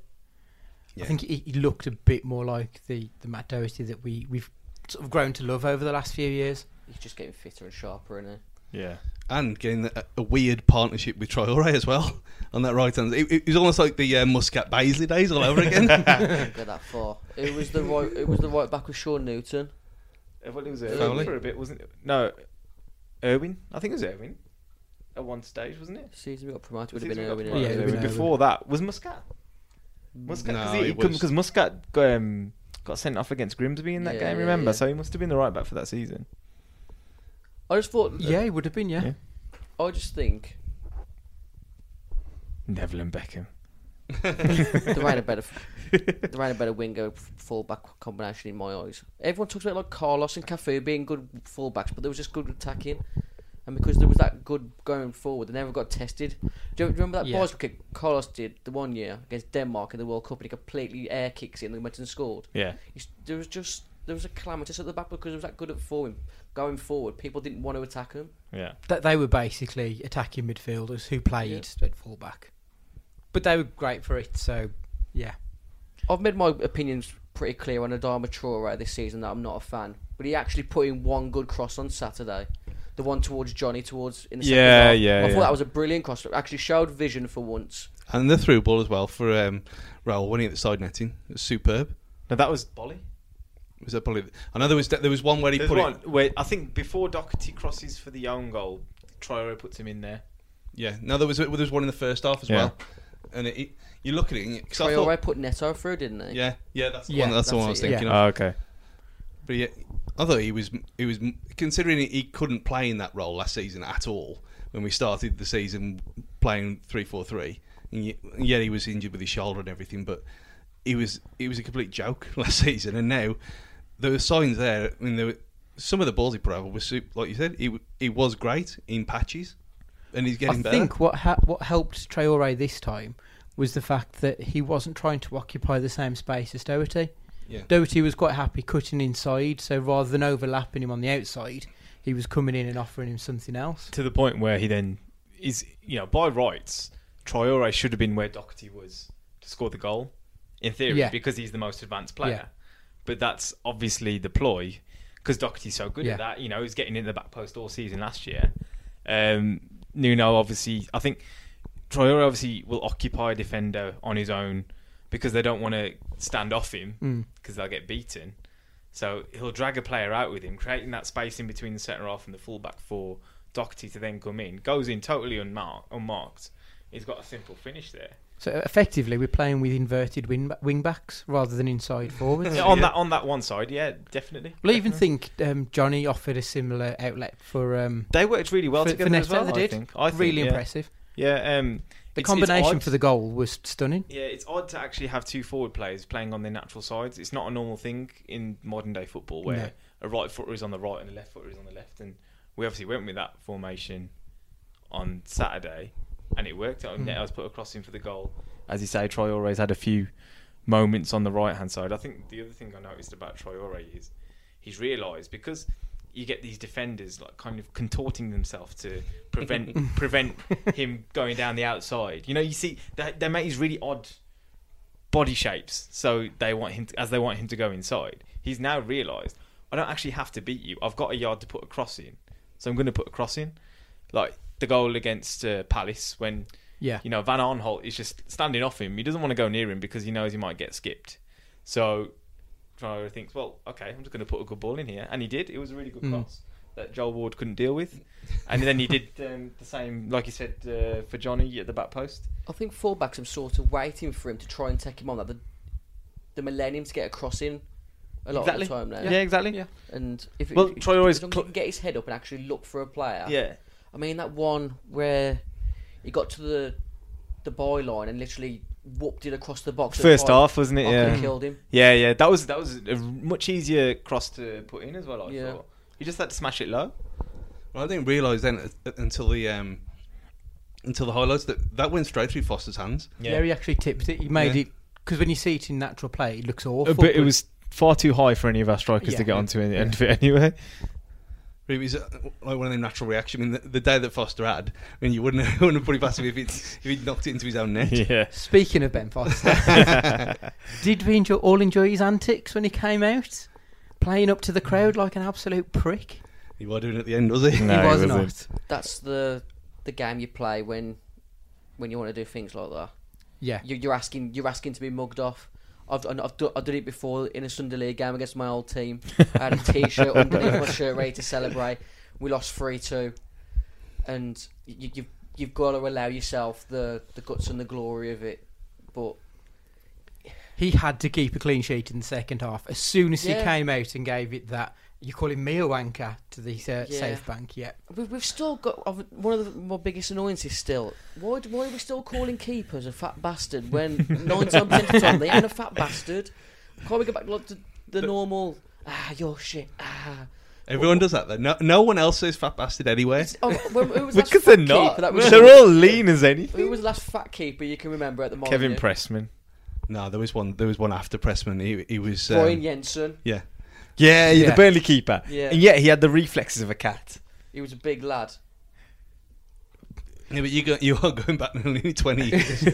[SPEAKER 2] Yeah.
[SPEAKER 1] I think he, he looked a bit more like the, the Matt Doherty that we, we've sort of grown to love over the last few years.
[SPEAKER 4] He's just getting fitter and sharper, isn't
[SPEAKER 3] Yeah.
[SPEAKER 2] and getting a, a weird partnership with Traore as well on that right hand. It, it was almost like the uh, Muscat Baisley days all over again.
[SPEAKER 4] he? Didn't get that far. It was the right. It was the right back with Sean Newton.
[SPEAKER 3] Uh, Well, it was
[SPEAKER 4] Irwin
[SPEAKER 3] Irwin
[SPEAKER 2] Fowley?
[SPEAKER 3] for a bit, wasn't it? No, Irwin. I think it was Irwin. At one stage, wasn't it?
[SPEAKER 4] Season we got promoted would
[SPEAKER 3] The
[SPEAKER 4] have
[SPEAKER 3] season
[SPEAKER 4] been
[SPEAKER 3] we
[SPEAKER 4] Irwin.
[SPEAKER 3] got
[SPEAKER 1] Yeah,
[SPEAKER 3] promoted,
[SPEAKER 1] it would've been
[SPEAKER 3] Before that was Muscat. Muscat
[SPEAKER 2] No,
[SPEAKER 3] because
[SPEAKER 2] it
[SPEAKER 3] he,
[SPEAKER 2] was-
[SPEAKER 3] because Muscat got, um, got sent off against Grimsby in that
[SPEAKER 4] Yeah,
[SPEAKER 3] game.
[SPEAKER 4] yeah,
[SPEAKER 3] Remember,
[SPEAKER 4] yeah.
[SPEAKER 3] so he must have been the right back for that season.
[SPEAKER 4] I just thought.
[SPEAKER 1] Yeah, he would have been, yeah.
[SPEAKER 3] Yeah.
[SPEAKER 4] I just think
[SPEAKER 3] Neville and Beckham.
[SPEAKER 4] there ain't a better. there ain't a better winger f- fullback combination in my eyes. Everyone talks about like Carlos and Cafu being good fullbacks, but there was just good attacking. And because there was that good going forward, they never got tested. Do you, do you remember that
[SPEAKER 1] Yeah.
[SPEAKER 4] bicycle kick Carlos did the one year against Denmark in the World Cup, and he completely air kicks it and they went and scored.
[SPEAKER 3] Yeah.
[SPEAKER 4] He's, there was just there was a calamitous at the back because it was that good at forward going forward. People didn't want to attack him.
[SPEAKER 3] Yeah.
[SPEAKER 1] That they were basically attacking midfielders who played at fullback. But they were great for it, so yeah.
[SPEAKER 4] I've made my opinions pretty clear on Adama Traore this season that I'm not a fan, but he actually put in one good cross on Saturday, the one towards Johnny towards in the second
[SPEAKER 3] Yeah,
[SPEAKER 4] half.
[SPEAKER 3] yeah,
[SPEAKER 4] I
[SPEAKER 3] yeah.
[SPEAKER 4] thought that was a brilliant cross. It actually showed vision for once.
[SPEAKER 2] and the through ball as well for um, Raul when he hit the side netting. It was superb.
[SPEAKER 3] No, that was Bolly.
[SPEAKER 2] Was that probably? I know there was there was one where he
[SPEAKER 3] There's
[SPEAKER 2] put
[SPEAKER 3] one
[SPEAKER 2] it.
[SPEAKER 3] where I think before Doherty crosses for the own goal, Traore puts him in there.
[SPEAKER 2] Yeah, no, there was there was one in the first half as
[SPEAKER 3] Yeah.
[SPEAKER 2] well. And it, it- you look at it, and you- 'cause I
[SPEAKER 4] Traore
[SPEAKER 2] thought,
[SPEAKER 4] put Neto through, didn't he?
[SPEAKER 2] yeah, yeah, that's the
[SPEAKER 1] Yeah,
[SPEAKER 2] one. That's, the
[SPEAKER 4] that's
[SPEAKER 2] one I was
[SPEAKER 4] it, yeah.
[SPEAKER 2] thinking of.
[SPEAKER 3] Oh, okay.
[SPEAKER 2] But yeah, I thought he was he was considering he- he couldn't play in that role last season at all when we started the season playing three four three, and ye- and yet he was injured with his shoulder and everything. But he was he was a complete joke last season, and now there were signs there. I mean, there were, some of the balls he put over were super, like you said, he w- he was great in patches, and he's getting
[SPEAKER 1] I
[SPEAKER 2] better.
[SPEAKER 1] think what ha- what helped Traore this time was the fact that he wasn't trying to occupy the same space as Doherty.
[SPEAKER 2] Yeah.
[SPEAKER 1] Doherty was quite happy cutting inside, so rather than overlapping him on the outside, he was coming in and offering him something else.
[SPEAKER 3] To the point where he then is, you know, by rights, Traore should have been where Doherty was to score the goal, in theory,
[SPEAKER 1] Yeah.
[SPEAKER 3] because he's the most advanced player.
[SPEAKER 1] Yeah.
[SPEAKER 3] But that's obviously the ploy because Doherty's so good
[SPEAKER 1] Yeah.
[SPEAKER 3] at that. You know, he's getting in the back post all season last year. Um, Nuno obviously, I think Traore obviously will occupy a defender on his own because they don't want to stand off him because they'll get beaten. So he'll drag a player out with him, creating that space in between the centre half and the fullback for Doherty to then come in. Goes in totally unmarked. unmarked. He's got a simple finish there.
[SPEAKER 1] So e, effectively, we're playing with inverted wing, wing backs rather than inside forwards.
[SPEAKER 3] on that on that one side, yeah, definitely.
[SPEAKER 1] Well, I even think um, Johnny offered a similar outlet for um,
[SPEAKER 3] They worked really well
[SPEAKER 1] for,
[SPEAKER 3] together
[SPEAKER 1] for
[SPEAKER 3] as
[SPEAKER 1] Neto, they
[SPEAKER 3] well. I
[SPEAKER 1] did.
[SPEAKER 3] think. I think,
[SPEAKER 1] really
[SPEAKER 3] yeah.
[SPEAKER 1] impressive.
[SPEAKER 3] Yeah, um,
[SPEAKER 1] The
[SPEAKER 3] it's- it's
[SPEAKER 1] combination
[SPEAKER 3] odd.
[SPEAKER 1] for the goal was stunning.
[SPEAKER 3] Yeah, it's odd to actually have two forward players playing on their natural sides. It's not a normal thing in modern day football where
[SPEAKER 1] No.
[SPEAKER 3] a right footer is on the right and a left footer is on the left. And we obviously went with that formation on Saturday, and it worked. I mean, I was put across him for the goal. As you say, Traore had a few moments on the right hand side. I think the other thing I noticed about Traore is he's realised because you get these defenders like kind of contorting themselves to prevent prevent him going down the outside. You know, you see they, they make these really odd body shapes, so they want him to, as they want him to go inside. He's now realised I don't actually have to beat you. I've got a yard to put a cross in, so I'm going to put a cross in, like the goal against uh, Palace when
[SPEAKER 1] Yeah.
[SPEAKER 3] you know, Van Arnholt is just standing off him. He doesn't want to go near him because he knows he might get skipped. So Traore thinks, well, okay, I'm just going to put a good ball in here, and he did. It was a really good
[SPEAKER 1] Mm.
[SPEAKER 4] Hmm.
[SPEAKER 3] cross that Joel Ward couldn't deal with, and then he did um, the same, like you said, uh, for Johnny at the back post.
[SPEAKER 4] I think fullbacks are sort of waiting for him to try and take him on. That the, the millenniums get a cross in a lot
[SPEAKER 3] exactly.
[SPEAKER 4] of the time now.
[SPEAKER 3] Yeah, exactly. Yeah.
[SPEAKER 4] And if it,
[SPEAKER 3] Well,
[SPEAKER 4] if,
[SPEAKER 3] Traore's
[SPEAKER 4] if he
[SPEAKER 3] cl-
[SPEAKER 4] can get his head up and actually look for a player. I mean that one where he got to the the byline and literally whooped it across the box. at
[SPEAKER 3] First
[SPEAKER 4] five.
[SPEAKER 3] half, wasn't
[SPEAKER 4] I
[SPEAKER 3] it?
[SPEAKER 4] could have
[SPEAKER 3] Yeah.
[SPEAKER 4] killed him.
[SPEAKER 3] Yeah, yeah. That was that was a much easier cross to put in as well. I
[SPEAKER 4] Yeah.
[SPEAKER 3] thought he just had to smash it low.
[SPEAKER 2] Well, I didn't realise then uh, until the um, until the highlights that that went straight through Foster's hands.
[SPEAKER 1] Yeah. he actually tipped it. He made
[SPEAKER 2] Yeah.
[SPEAKER 1] it because when you see it in natural play, it looks awful.
[SPEAKER 3] Uh, but it was far too high for any of our strikers
[SPEAKER 1] Yeah.
[SPEAKER 3] to get onto in the end of it anyway.
[SPEAKER 2] It was uh, like one of them natural reactions. I mean, the, the day that Foster had, I mean, you wouldn't have, wouldn't have put it past him if he'd, if he'd knocked it into his own net.
[SPEAKER 3] yeah.
[SPEAKER 1] Speaking of Ben Foster, did we enjoy, all enjoy his antics when he came out, playing up to the crowd like an absolute prick?
[SPEAKER 2] He was doing it at the end, was he?
[SPEAKER 3] No,
[SPEAKER 1] he
[SPEAKER 3] he
[SPEAKER 1] was
[SPEAKER 3] wasn't.
[SPEAKER 1] not.
[SPEAKER 4] That's the the game you play when when you want to do things like that.
[SPEAKER 1] Yeah,
[SPEAKER 4] You, you're asking you're asking to be mugged off. I've and I've, do, I've done it before in a Sunday league game against my old team. I had a t-shirt underneath my shirt ready to celebrate. We lost three two, and you, you've you've got to allow yourself the the guts and the glory of it. But
[SPEAKER 1] he had to keep a clean sheet in the second half. As soon as he
[SPEAKER 4] Yeah.
[SPEAKER 1] came out and gave it that, you call him me a wanker to the uh,
[SPEAKER 4] Yeah.
[SPEAKER 1] safe bank. Yeah,
[SPEAKER 4] We've, we've still got I've- one of the, my biggest annoyances still. Why, d- why are we still calling keepers a fat bastard when nine times out of ten they ain't a fat bastard? Can't we go back like, to the normal? Ah, you're shit. Ah,
[SPEAKER 2] Everyone does that. Though. No, no one else says fat bastard anyway.
[SPEAKER 4] It's- oh, when- who was the last
[SPEAKER 3] Eh? Because
[SPEAKER 4] fat
[SPEAKER 3] they're not.
[SPEAKER 4] keeper that was-
[SPEAKER 3] They're all lean as anything.
[SPEAKER 4] Who was the last fat keeper you can remember at the moment?
[SPEAKER 3] Kevin Pressman.
[SPEAKER 2] No, there was one. There was one after Pressman. He, he was. Um,
[SPEAKER 4] Brian Jensen.
[SPEAKER 2] yeah.
[SPEAKER 3] Yeah,
[SPEAKER 1] yeah, the Yeah.
[SPEAKER 3] Burnley keeper.
[SPEAKER 4] Yeah.
[SPEAKER 3] And yet he had the reflexes of a cat.
[SPEAKER 4] He was a big lad.
[SPEAKER 2] Yeah, but you go, you are going back nearly twenty years.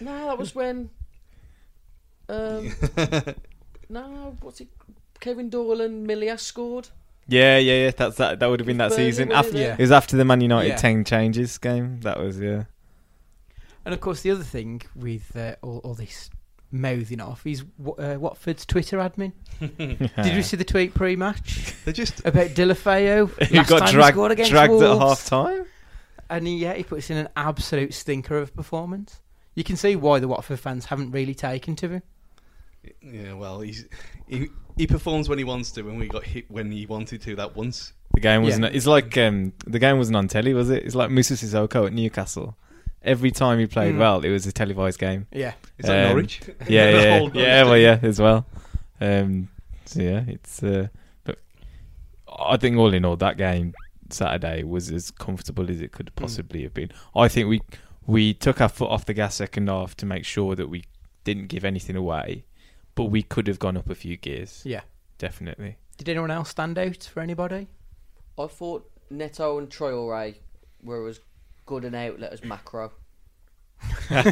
[SPEAKER 4] No, that was when. Um, no, what's it? Kevin Doyle and Milias scored.
[SPEAKER 3] Yeah, yeah, yeah. That's that. That would have been that
[SPEAKER 4] Burnley,
[SPEAKER 3] season.
[SPEAKER 4] wasn't
[SPEAKER 3] After,
[SPEAKER 1] it? Yeah.
[SPEAKER 3] It was after the Man United
[SPEAKER 1] Yeah.
[SPEAKER 3] ten changes game. That was yeah.
[SPEAKER 1] and of course the other thing with uh, all, all this mouthing off is Wa- uh, Watford's Twitter admin. Did you see the tweet pre-match
[SPEAKER 2] They're just
[SPEAKER 1] about Delafeo?
[SPEAKER 3] Who
[SPEAKER 1] Last time
[SPEAKER 3] got
[SPEAKER 1] he
[SPEAKER 3] dragged,
[SPEAKER 1] scored against
[SPEAKER 3] dragged at
[SPEAKER 1] Wolves.
[SPEAKER 3] half time?
[SPEAKER 1] And he, yeah, he puts in an absolute stinker of a performance. You can see why the Watford fans haven't really taken to him.
[SPEAKER 2] yeah. Well, he's he, he performs when he wants to. When we got hit when he wanted to that once.
[SPEAKER 3] The game
[SPEAKER 1] Yeah.
[SPEAKER 3] wasn't. It's like um, the game wasn't on telly, was it? It's like Musa Sissoko at Newcastle. Every time he played
[SPEAKER 1] Mm.
[SPEAKER 3] well, it was a televised game.
[SPEAKER 1] Yeah.
[SPEAKER 2] Is that
[SPEAKER 3] Um,
[SPEAKER 2] Norwich?
[SPEAKER 3] yeah,
[SPEAKER 2] The
[SPEAKER 3] yeah,
[SPEAKER 2] whole
[SPEAKER 3] yeah.
[SPEAKER 2] Norwich
[SPEAKER 3] Well,
[SPEAKER 2] team.
[SPEAKER 3] yeah, as well. Um, so yeah, it's. Uh, but I think all in all, that game Saturday was as comfortable as it could possibly have been. I think we we took our foot off the gas second half to make sure that we didn't give anything away, but we could have gone up a few gears.
[SPEAKER 1] Yeah.
[SPEAKER 3] Definitely.
[SPEAKER 1] Did anyone else stand out for anybody?
[SPEAKER 4] I thought Neto and Traore were as good an outlet as Macro.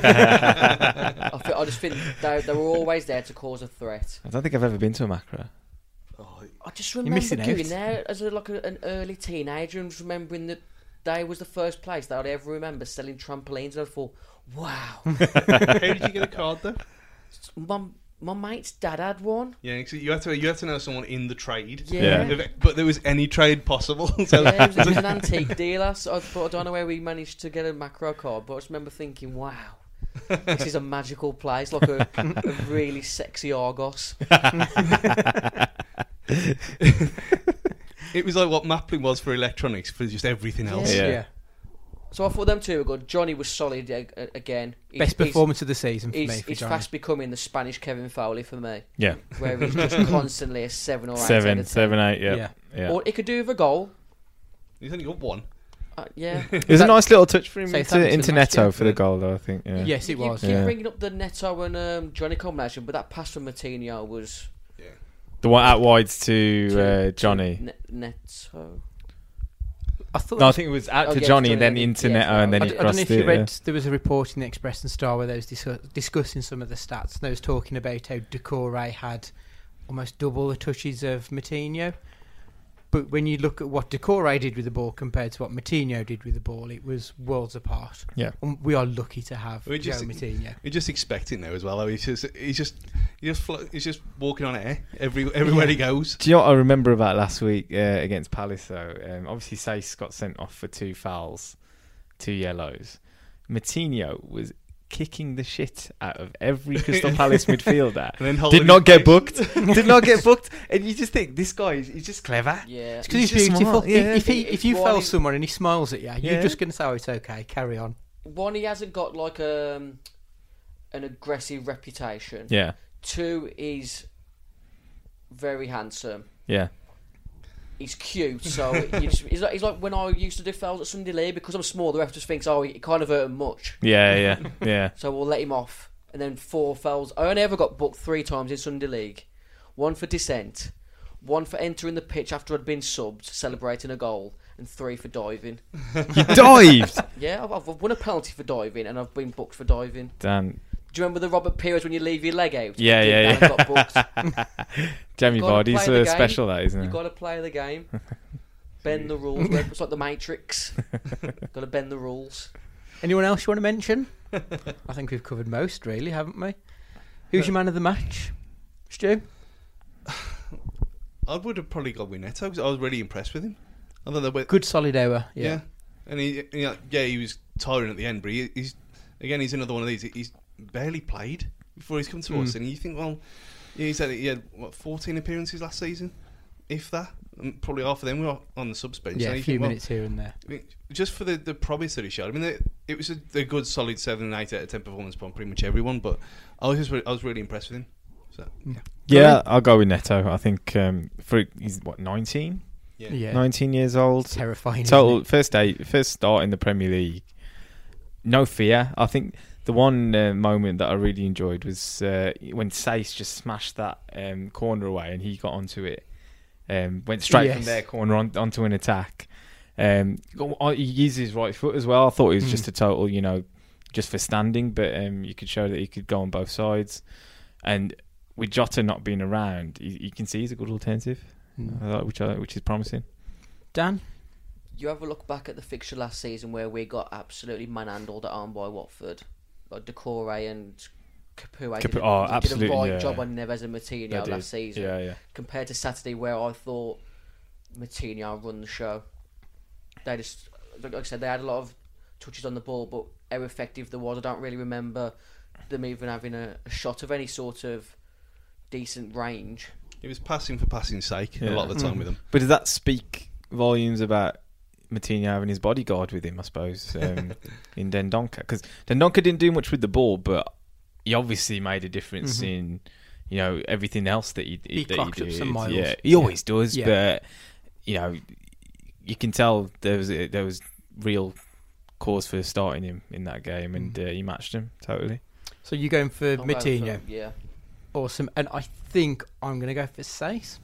[SPEAKER 4] I, thi- I just think they, they were always there to cause a threat.
[SPEAKER 3] I don't think I've ever been to a macro.
[SPEAKER 2] Oh,
[SPEAKER 4] I just
[SPEAKER 1] You're
[SPEAKER 4] remember
[SPEAKER 1] missing
[SPEAKER 4] going
[SPEAKER 1] out.
[SPEAKER 4] there as a, like a, an early teenager and just remembering that they was the first place that I'd ever remember selling trampolines, and I thought, wow,
[SPEAKER 2] How did you get a card though?
[SPEAKER 4] mum, my mate's dad had one.
[SPEAKER 2] Yeah, so you have to you have to know someone in the trade.
[SPEAKER 4] Yeah.
[SPEAKER 2] If- but there was any trade possible. So
[SPEAKER 4] Yeah, he was, he was an antique dealer, so I, but I don't know where we managed to get a macro card. But I just remember thinking, wow, this is a magical place, like a, a really sexy Argos.
[SPEAKER 2] it was like what Maplin was for electronics for just everything else.
[SPEAKER 3] Yeah.
[SPEAKER 4] So I thought them two were good. Johnny was solid a- a- again. He's-
[SPEAKER 1] Best
[SPEAKER 4] he's-
[SPEAKER 1] performance of the season for
[SPEAKER 4] He's,
[SPEAKER 1] me for
[SPEAKER 4] he's
[SPEAKER 1] Johnny.
[SPEAKER 4] fast becoming the Spanish Kevin Foley for me,
[SPEAKER 3] Yeah.
[SPEAKER 4] where he's just constantly a seven or eight. out
[SPEAKER 3] Seven,
[SPEAKER 4] of ten.
[SPEAKER 3] seven, eight. Yeah.
[SPEAKER 1] Yeah.
[SPEAKER 3] Yeah.
[SPEAKER 4] Or he could do with a goal.
[SPEAKER 2] He's only got one.
[SPEAKER 4] Uh, yeah.
[SPEAKER 3] It was a nice little touch for him
[SPEAKER 4] Say
[SPEAKER 3] into,
[SPEAKER 4] thanks
[SPEAKER 3] into
[SPEAKER 4] to the match, yeah.
[SPEAKER 3] Neto for the goal, though, I think. Yeah.
[SPEAKER 1] Yes, it
[SPEAKER 4] You-
[SPEAKER 1] was.
[SPEAKER 4] You keep
[SPEAKER 3] Yeah.
[SPEAKER 4] bringing up the Neto and um, Johnny combination, but that pass from Matinho was
[SPEAKER 3] The one at wides to,
[SPEAKER 4] to-
[SPEAKER 3] uh, Johnny.
[SPEAKER 4] Ne- Neto.
[SPEAKER 1] I thought.
[SPEAKER 3] No, I think it was out
[SPEAKER 4] Oh,
[SPEAKER 3] to
[SPEAKER 4] yeah,
[SPEAKER 3] Johnny
[SPEAKER 4] Johnny,
[SPEAKER 3] and then
[SPEAKER 4] yeah.
[SPEAKER 3] into
[SPEAKER 4] Yeah,
[SPEAKER 3] Neto and
[SPEAKER 4] sorry.
[SPEAKER 3] then
[SPEAKER 1] I,
[SPEAKER 3] he
[SPEAKER 1] d- I don't know
[SPEAKER 3] crossed
[SPEAKER 1] if you
[SPEAKER 3] it.
[SPEAKER 1] read.
[SPEAKER 3] yeah.
[SPEAKER 1] There was a report in the Express and Star where they was discuss, discussing some of the stats, and they was talking about how Decore had almost double the touches of Matinho. But when you look at what Decore did with the ball compared to what Matinho did with the ball, it was worlds apart.
[SPEAKER 3] Yeah.
[SPEAKER 1] and we are lucky to have
[SPEAKER 2] We're
[SPEAKER 1] Joe
[SPEAKER 2] just-
[SPEAKER 1] Matinho.
[SPEAKER 2] You just expect it now as well. though. He's just he's just he's just, flo- he's just walking on air every everywhere he goes.
[SPEAKER 3] Do you know what I remember about last week uh, against Palace? Though, um, obviously, Sace got sent off for two fouls, two yellows. Matinho was kicking the shit out of every Crystal Palace midfielder.
[SPEAKER 2] And then holding
[SPEAKER 3] Did not
[SPEAKER 2] his
[SPEAKER 3] get booked. Did not get booked. And you just think this guy is he's just clever.
[SPEAKER 4] Yeah.
[SPEAKER 1] Because he's,
[SPEAKER 3] He's just
[SPEAKER 1] beautiful.
[SPEAKER 3] smart, yeah.
[SPEAKER 1] If, if, he, if you
[SPEAKER 4] It's
[SPEAKER 1] fail
[SPEAKER 4] why-
[SPEAKER 1] someone and he smiles at you, you're
[SPEAKER 3] Yeah.
[SPEAKER 1] just going to say, "Oh, it's okay. Carry on."
[SPEAKER 4] One, he hasn't got like um, an aggressive reputation.
[SPEAKER 3] Yeah,
[SPEAKER 4] Two, he's very handsome.
[SPEAKER 3] yeah.
[SPEAKER 4] He's cute, so you just, he's, like, he's like when I used to do fouls at Sunday League because I'm small. The ref just thinks, oh, it can't have hurt him much,
[SPEAKER 3] Yeah, yeah, yeah.
[SPEAKER 4] so we'll let him off. And then four fouls. I only ever got booked three times in Sunday League, one for dissent, one for entering the pitch after I'd been subbed, celebrating a goal, and three for diving.
[SPEAKER 3] You dived.
[SPEAKER 4] Yeah, I've, I've won a penalty for diving, and I've been booked for diving.
[SPEAKER 3] Damn.
[SPEAKER 4] Do you remember the Robert Pires when you leave your leg out?
[SPEAKER 3] Yeah,
[SPEAKER 4] Did
[SPEAKER 3] yeah,
[SPEAKER 4] that and Got booked.
[SPEAKER 3] Jamie
[SPEAKER 4] Gotta
[SPEAKER 3] Vardy's
[SPEAKER 4] play the
[SPEAKER 3] uh,
[SPEAKER 4] game.
[SPEAKER 3] special, that
[SPEAKER 4] You
[SPEAKER 3] isn't it?
[SPEAKER 4] gotta play the game. Bend the rules. where- It's like the Matrix. gotta bend the rules.
[SPEAKER 1] Anyone else you want to mention? I think we've covered most, really, haven't we? Who's your man of the match, Stu?
[SPEAKER 2] I would have probably gone with Neto because I was really impressed with him. I thought that were,
[SPEAKER 1] Good solid hour.
[SPEAKER 2] yeah.
[SPEAKER 1] Yeah.
[SPEAKER 2] and he, and he- yeah he was tiring at the end, but he, he's again he's another one of these. He's barely played before he's come to
[SPEAKER 1] Hmm.
[SPEAKER 2] us, and you think, well, yeah, he said he had what 14 appearances last season, if that. And probably half of them were on the subs bench.
[SPEAKER 1] Yeah,
[SPEAKER 2] And
[SPEAKER 1] a
[SPEAKER 2] you
[SPEAKER 1] few
[SPEAKER 2] think, well,
[SPEAKER 1] minutes here and there.
[SPEAKER 2] I mean, just for the, the promise that he showed. I mean, the, it was a, a good, solid seven and eight out of ten performance from pretty much everyone. But I was just re- I was really impressed with him. So yeah,
[SPEAKER 3] Yeah, I'll go with Neto. I think um, for he's what 19,
[SPEAKER 2] yeah.
[SPEAKER 1] Yeah.
[SPEAKER 3] 19 years old.
[SPEAKER 1] Terrifying. isn't
[SPEAKER 3] Total
[SPEAKER 1] it?
[SPEAKER 3] first day, first start in the Premier League. No fear. I think the one uh, moment that I really enjoyed was uh, when Sace just smashed that um, corner away and he got onto it. Um, went straight from
[SPEAKER 1] Yes.
[SPEAKER 3] their corner on, onto an attack. Um, got- oh, he used his right foot as well. I thought it was
[SPEAKER 1] Mm.
[SPEAKER 3] just a total, you know, just for standing, but um, you could show that he could go on both sides. And with Jota not being around, you, you can see he's a good alternative,
[SPEAKER 1] Mm.
[SPEAKER 3] I like- which I, which is promising.
[SPEAKER 1] Dan.
[SPEAKER 4] You have a look back at the fixture last season where we got absolutely manhandled at arm by Watford. Like Decore and Capu. I did,
[SPEAKER 3] Capu-
[SPEAKER 4] a-
[SPEAKER 3] oh,
[SPEAKER 4] did a
[SPEAKER 3] absolutely,
[SPEAKER 4] right
[SPEAKER 3] yeah.
[SPEAKER 4] job on Neves and Matinho
[SPEAKER 3] They did.
[SPEAKER 4] last season.
[SPEAKER 3] Yeah, yeah.
[SPEAKER 4] Compared to Saturday where I thought Matinho run the show. They just, like I said, they had a lot of touches on the ball, but how effective they was, I don't really remember them even having a, a shot of any sort of decent range.
[SPEAKER 2] It was passing for passing's sake a
[SPEAKER 3] Yeah.
[SPEAKER 2] lot of the
[SPEAKER 1] Hmm.
[SPEAKER 2] time with him.
[SPEAKER 3] But does that speak volumes about Matinho having his bodyguard with him, I suppose, um, in Dendonka? Because Dendonka didn't do much with the ball, but he obviously made a difference in, you know, everything else that he,
[SPEAKER 1] Mm-hmm. He
[SPEAKER 3] that
[SPEAKER 1] clocked up
[SPEAKER 3] did.
[SPEAKER 1] some miles.
[SPEAKER 3] Yeah, he
[SPEAKER 1] Yeah.
[SPEAKER 3] always does,
[SPEAKER 1] Yeah.
[SPEAKER 3] but, you know, you can tell there was, there was real cause for starting him in that game, and
[SPEAKER 1] Mm.
[SPEAKER 3] uh, he matched him totally.
[SPEAKER 1] So you're going for
[SPEAKER 4] I'm going for-
[SPEAKER 1] Uh, Matinho.
[SPEAKER 4] Yeah.
[SPEAKER 1] Awesome. And I think I'm going to go for Sace.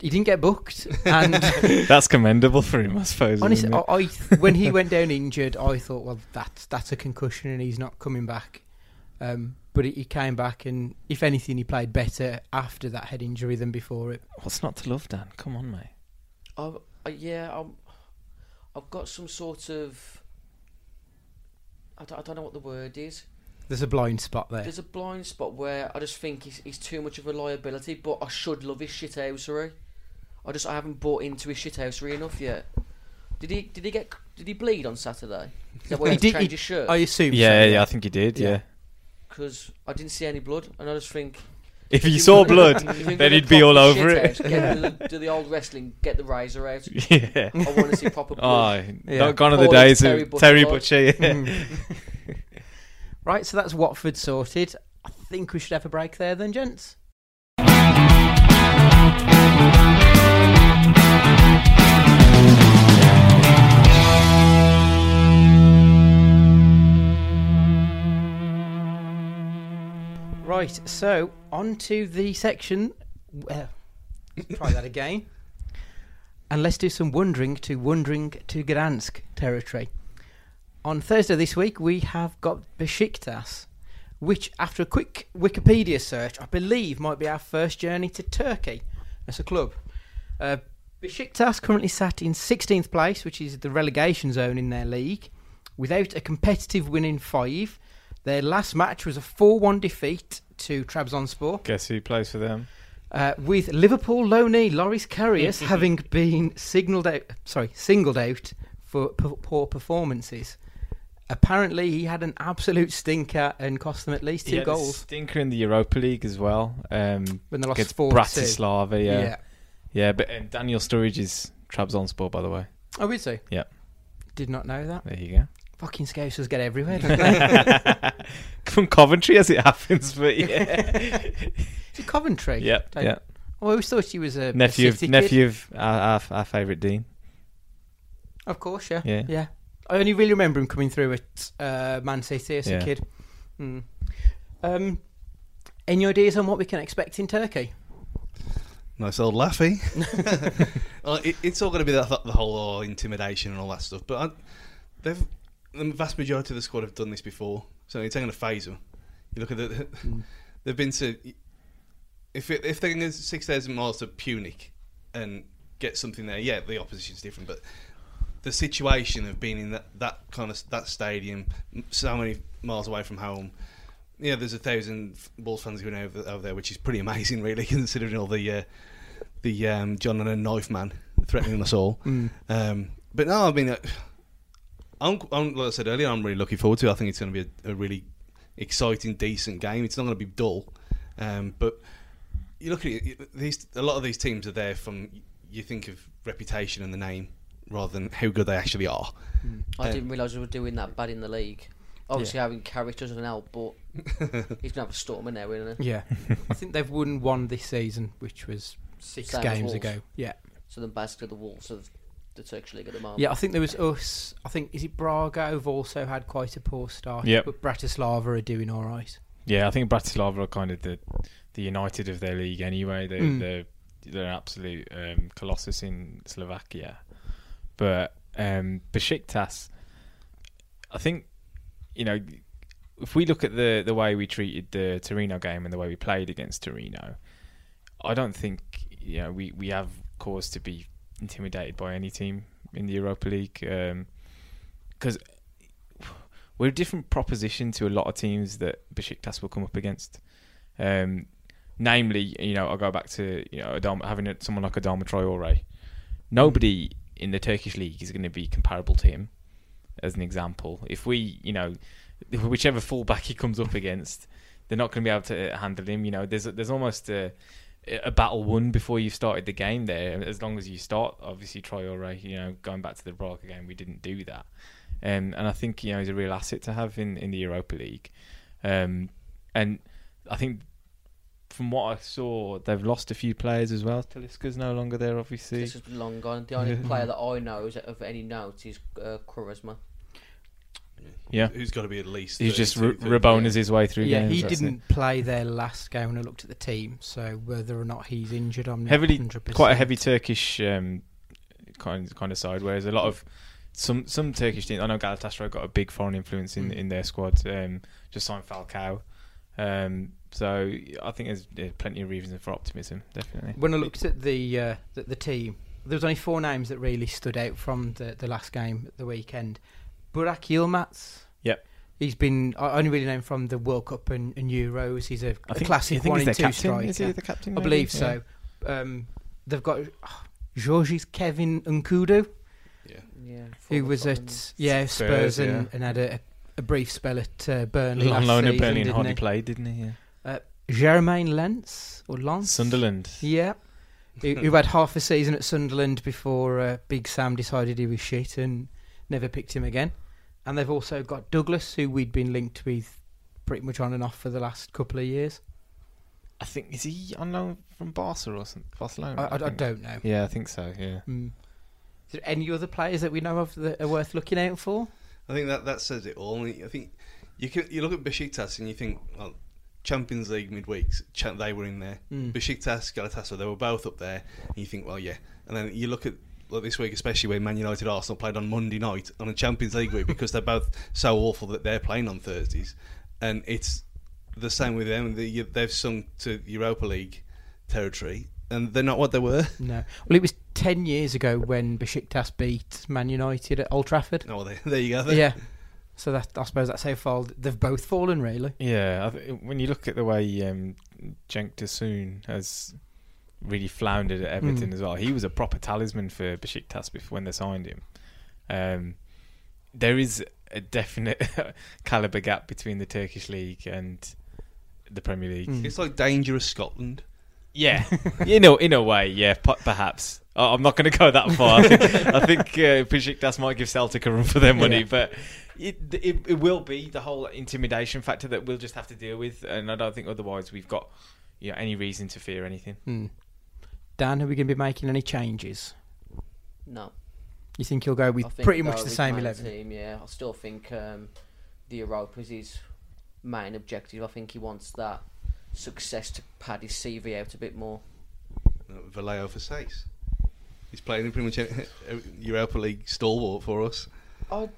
[SPEAKER 1] He didn't get booked. And
[SPEAKER 3] That's commendable for him, I suppose.
[SPEAKER 1] honestly,
[SPEAKER 3] isn't
[SPEAKER 1] I,
[SPEAKER 3] it?
[SPEAKER 1] I, when he went down injured, I thought, well, that's, that's a concussion and he's not coming back. Um, but he he came back, and if anything, he played better after that head injury than before it.
[SPEAKER 3] What's not to love, Dan? Come on, mate.
[SPEAKER 4] I've, uh, yeah, I'm, I've got some sort of. I don't, I don't know what the word is.
[SPEAKER 1] There's a blind spot there.
[SPEAKER 4] There's a blind spot where I just think he's, he's too much of a liability, but I should love his shithousery. I just I haven't bought into his shithousery enough yet. Did he did he get did he bleed on Saturday? Is that why he,
[SPEAKER 1] did-
[SPEAKER 4] did, changed
[SPEAKER 1] he-
[SPEAKER 4] his shirt?
[SPEAKER 1] I assume.
[SPEAKER 3] Yeah,
[SPEAKER 1] so,
[SPEAKER 3] yeah, I think he did.
[SPEAKER 1] Yeah.
[SPEAKER 3] Yeah.
[SPEAKER 4] Because I didn't see any blood, and I just think
[SPEAKER 3] If
[SPEAKER 4] if
[SPEAKER 3] you
[SPEAKER 4] you're
[SPEAKER 3] saw
[SPEAKER 4] gonna-
[SPEAKER 3] blood,
[SPEAKER 4] if you're
[SPEAKER 3] then
[SPEAKER 4] gonna
[SPEAKER 3] he'd be
[SPEAKER 4] proper
[SPEAKER 3] all over it.
[SPEAKER 4] shit out, Get, do, the, do the old wrestling, get the razor out.
[SPEAKER 3] yeah.
[SPEAKER 4] I want to see proper blood.
[SPEAKER 3] Oh,
[SPEAKER 1] Yeah.
[SPEAKER 3] not gone are the
[SPEAKER 4] Call
[SPEAKER 3] days
[SPEAKER 4] it Terry
[SPEAKER 3] of
[SPEAKER 4] Butcher
[SPEAKER 3] Terry
[SPEAKER 4] life.
[SPEAKER 3] Butcher. Yeah.
[SPEAKER 1] Mm. right, so that's Watford sorted. I think we should have a break there then, gents. Right, so on to the section. Uh, try that again. And let's do some wondering to wondering to Gdansk territory. On Thursday this week, we have got Besiktas, which, after a quick Wikipedia search, I believe might be our first journey to Turkey as a club. Uh, Besiktas currently sat in 16th place, which is the relegation zone in their league, without a competitive win in five. Their last match was a 4 1 defeat to Trabzonspor,
[SPEAKER 3] Guess who plays for them?
[SPEAKER 1] uh, with Liverpool loanee Loris
[SPEAKER 3] Mm-hmm.
[SPEAKER 1] Karius having been signalled out, sorry, singled out for p- poor performances. Apparently, he had an absolute stinker and cost them at least two
[SPEAKER 3] He had a
[SPEAKER 1] goals
[SPEAKER 3] stinker in the Europa League as well. Um,
[SPEAKER 1] when they lost
[SPEAKER 3] against
[SPEAKER 1] four two.
[SPEAKER 3] Bratislava. Yeah. yeah, But and Daniel Sturridge is Trabzonspor, by the way.
[SPEAKER 1] Oh, is he?
[SPEAKER 3] Yeah.
[SPEAKER 1] Did not know that.
[SPEAKER 3] There you
[SPEAKER 1] Fucking scousers get everywhere, don't they?
[SPEAKER 3] go. From Coventry, as it happens, but yeah,
[SPEAKER 1] Is it Coventry?
[SPEAKER 3] yeah,
[SPEAKER 1] Don't-
[SPEAKER 3] yeah.
[SPEAKER 1] I always thought he was a a
[SPEAKER 3] Nephew, of,
[SPEAKER 1] City kid.
[SPEAKER 3] nephew of our, our, our favourite Dean.
[SPEAKER 1] Of course, yeah.
[SPEAKER 3] Yeah.
[SPEAKER 1] Yeah. I only really remember him coming through at uh, Man City as
[SPEAKER 3] Yeah.
[SPEAKER 1] a kid. Mm. Um, any ideas on what we can expect in Turkey?
[SPEAKER 2] Nice old laughy. well, it, it's all going to be that, the whole oh, intimidation and all that stuff. But I, they've the vast majority of the squad have done this before, so it's not going to phase them. You look at the, they've been to if it, if they're going six thousand miles to Punic and get something there. Yeah, the opposition's different, but the situation of being in that, that kind of that stadium, m- so many miles away from home. Yeah, there's a thousand f- Wolves fans going over, over there, which is pretty amazing, really, considering all the uh, the um, John and a knife man threatening us all.
[SPEAKER 4] Hmm.
[SPEAKER 2] Um, but no, I mean, uh, I'm, I'm like I said earlier, I'm really looking forward to. it. I think it's going to be a, a really exciting, decent game. It's not going to be dull, um, but you look at it, you- these. A lot of these teams are there from you think of reputation and the name rather than how good they actually are.
[SPEAKER 4] I didn't realise we were doing that bad in the league. Obviously, having Carrick doesn't help, but he's gonna have a storm in there, isn't he?
[SPEAKER 1] Yeah. I think they've won one this season, which was six
[SPEAKER 4] Same as
[SPEAKER 1] games
[SPEAKER 4] Wolves.
[SPEAKER 1] ago. Yeah.
[SPEAKER 4] So then basically the Wolves of the Turkish league at the moment.
[SPEAKER 1] Yeah, I think there was us. I think, is it Braga who've also had quite a poor start?
[SPEAKER 3] Yep.
[SPEAKER 1] But Bratislava are doing all right.
[SPEAKER 3] Yeah, I think Bratislava are kind of the the United of their league anyway. They
[SPEAKER 1] Mm.
[SPEAKER 3] they're they're an absolute um, colossus in Slovakia, but um, Besiktas, I think you know if we look at the the way we treated the Torino game and the way we played against Torino, I don't think you know we we have cause to be intimidated by any team in the Europa League Um, because we're a different proposition to a lot of teams that Besiktas will come up against. Um, namely, you know, I'll go back to you know Adama, having a, someone like Adama Traore. Nobody in the Turkish league is going to be comparable to him. As an example, if we, you know, whichever fullback he comes up against, they're not going to be able to uh, handle him. You know, there's there's almost a, a battle won before you started the game there. As long as you start, obviously Traore, you know, going back to the Braga game, we didn't do that. Um, and I think you know he's a real asset to have in, in the Europa League. Um, and I think from what I saw, they've lost a few players as well. Talisca's no longer there, obviously.
[SPEAKER 4] This has been long gone. The only player that I know is of any note is uh, Quaresma.
[SPEAKER 3] Yeah.
[SPEAKER 2] who's got to be at least.
[SPEAKER 3] He's just
[SPEAKER 2] 32, 30.
[SPEAKER 3] r- Rabona's his way through.
[SPEAKER 1] yeah,
[SPEAKER 3] games,
[SPEAKER 1] he
[SPEAKER 3] that's it.
[SPEAKER 1] didn't play their last game when I looked at the team, so whether or not he's injured, I'm not
[SPEAKER 3] heavily
[SPEAKER 1] 100%.
[SPEAKER 3] quite a heavy Turkish um, kind kind of side. Whereas a lot of some some Turkish teams, I know Galatasaray got a big foreign influence
[SPEAKER 1] Mm.
[SPEAKER 3] in, in their squad. Um, just signed Falcao, um, so I think there's, there's plenty of reasons for optimism. Definitely.
[SPEAKER 1] When I looked at the uh, the, the team, there was only four names that really stood out from the, the last game at the weekend. Burak Yilmaz.
[SPEAKER 3] Yep.
[SPEAKER 1] He's been I I only really know him from the World Cup and, and Euros. He's a,
[SPEAKER 3] I
[SPEAKER 1] a
[SPEAKER 3] think-
[SPEAKER 1] classic
[SPEAKER 3] you think
[SPEAKER 1] one
[SPEAKER 3] he's
[SPEAKER 1] and two
[SPEAKER 3] their captain?
[SPEAKER 1] striker.
[SPEAKER 3] Is he the captain?
[SPEAKER 1] I
[SPEAKER 3] maybe?
[SPEAKER 1] believe
[SPEAKER 3] Yeah.
[SPEAKER 1] so. Um, they've got oh, Georges Kevin Nkudu,
[SPEAKER 2] Yeah.
[SPEAKER 4] Yeah.
[SPEAKER 1] who was at yeah Spurs,
[SPEAKER 3] Spurs,
[SPEAKER 1] and,
[SPEAKER 3] yeah.
[SPEAKER 1] and had a, a brief spell at uh, Burnley
[SPEAKER 3] On
[SPEAKER 1] last
[SPEAKER 3] loan at
[SPEAKER 1] season,
[SPEAKER 3] Burnley and
[SPEAKER 1] didn't
[SPEAKER 3] hardly
[SPEAKER 1] he?
[SPEAKER 3] played, didn't he? Yeah.
[SPEAKER 1] Germain Lentz or Lance
[SPEAKER 3] Sunderland.
[SPEAKER 1] Yeah, who, who had half a season at Sunderland before uh, Big Sam decided he was shit and never picked him again. And they've also got Douglas, who we'd been linked with pretty much on and off for the last couple of years.
[SPEAKER 3] I think is he on loan from Barca or something? Barcelona?
[SPEAKER 1] I, I, I
[SPEAKER 3] think.
[SPEAKER 1] don't know.
[SPEAKER 3] Yeah, I think so. Yeah.
[SPEAKER 1] Mm. Is there any other players that we know of that are worth looking out for?
[SPEAKER 2] I think that, that says it all. I think you can, you look at Besiktas and you think, well, Champions League midweeks, cha- they were in there.
[SPEAKER 1] Mm.
[SPEAKER 2] Besiktas, Galatasaray, they were both up there. And you think, well, yeah. And then you look at like this week, especially when Man United Arsenal played on Monday night on a Champions League week because they're both so awful that they're playing on Thursdays. And it's the same with them. The, you, they've sunk to Europa League territory and they're not what they were.
[SPEAKER 1] No. Well, it was 10 years ago when Besiktas beat Man United at Old Trafford.
[SPEAKER 2] Oh, well, there, there you go. then.
[SPEAKER 1] Yeah. So that I suppose that's how far they've both fallen, really.
[SPEAKER 3] Yeah, I th- when you look at the way um, Cenk Tosun has really floundered at Everton
[SPEAKER 1] Mm.
[SPEAKER 3] as well, he was a proper talisman for Besiktas before when they signed him. Um, there is a definite caliber gap between the Turkish league and the Premier League.
[SPEAKER 1] Mm.
[SPEAKER 2] It's like dangerous Scotland.
[SPEAKER 3] Yeah, you know, in a way, yeah, p- perhaps. I- I'm not going to go that far. I think, I think uh, Besiktas might give Celtic a run for their money,
[SPEAKER 1] Yeah.
[SPEAKER 3] but it, it it will be the whole intimidation factor that we'll just have to deal with, and I don't think otherwise we've got you know, any reason to fear anything.
[SPEAKER 1] Hmm. Dan, are we going to be making any changes?
[SPEAKER 4] No.
[SPEAKER 1] You think he'll go
[SPEAKER 4] I
[SPEAKER 1] with
[SPEAKER 4] think
[SPEAKER 1] pretty
[SPEAKER 4] go
[SPEAKER 1] much the
[SPEAKER 4] with
[SPEAKER 1] same
[SPEAKER 4] main
[SPEAKER 1] eleven?
[SPEAKER 4] Team, yeah, I still think um, the Europa is his main objective. I think he wants that success to pad his CV out a bit more.
[SPEAKER 2] Uh, Vallejo for Sace. He's playing in pretty much every Europa League stalwart for us.
[SPEAKER 4] I,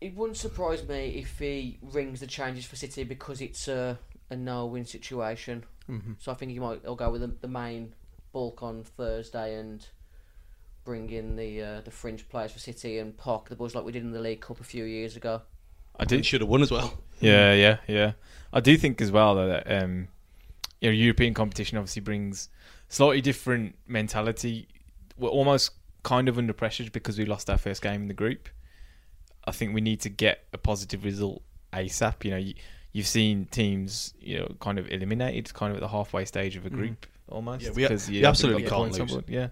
[SPEAKER 4] it wouldn't surprise me if he rings the changes for City because it's a, a no-win situation.
[SPEAKER 3] Mm-hmm.
[SPEAKER 1] Mhm.
[SPEAKER 4] So I think he might he'll go with the, the main bulk on Thursday and bring in the uh, the fringe players for City and park the boys like we did in the League Cup a few years ago.
[SPEAKER 3] I
[SPEAKER 2] He should have won as well.
[SPEAKER 3] Yeah,
[SPEAKER 2] Mm.
[SPEAKER 3] yeah, yeah. I do think as well that um, you know European competition obviously brings slightly different mentality. We're almost kind of under pressure because we lost our first game in the group. I think we need to get a positive result ASAP. You know, you, you've seen teams you know kind of eliminated, kind of at the halfway stage of a group almost.
[SPEAKER 2] Mm. Yeah, we-
[SPEAKER 3] 'cause
[SPEAKER 2] we
[SPEAKER 3] haven't
[SPEAKER 2] absolutely
[SPEAKER 3] got the
[SPEAKER 2] can't
[SPEAKER 3] points on
[SPEAKER 2] lose.
[SPEAKER 3] board. Yeah,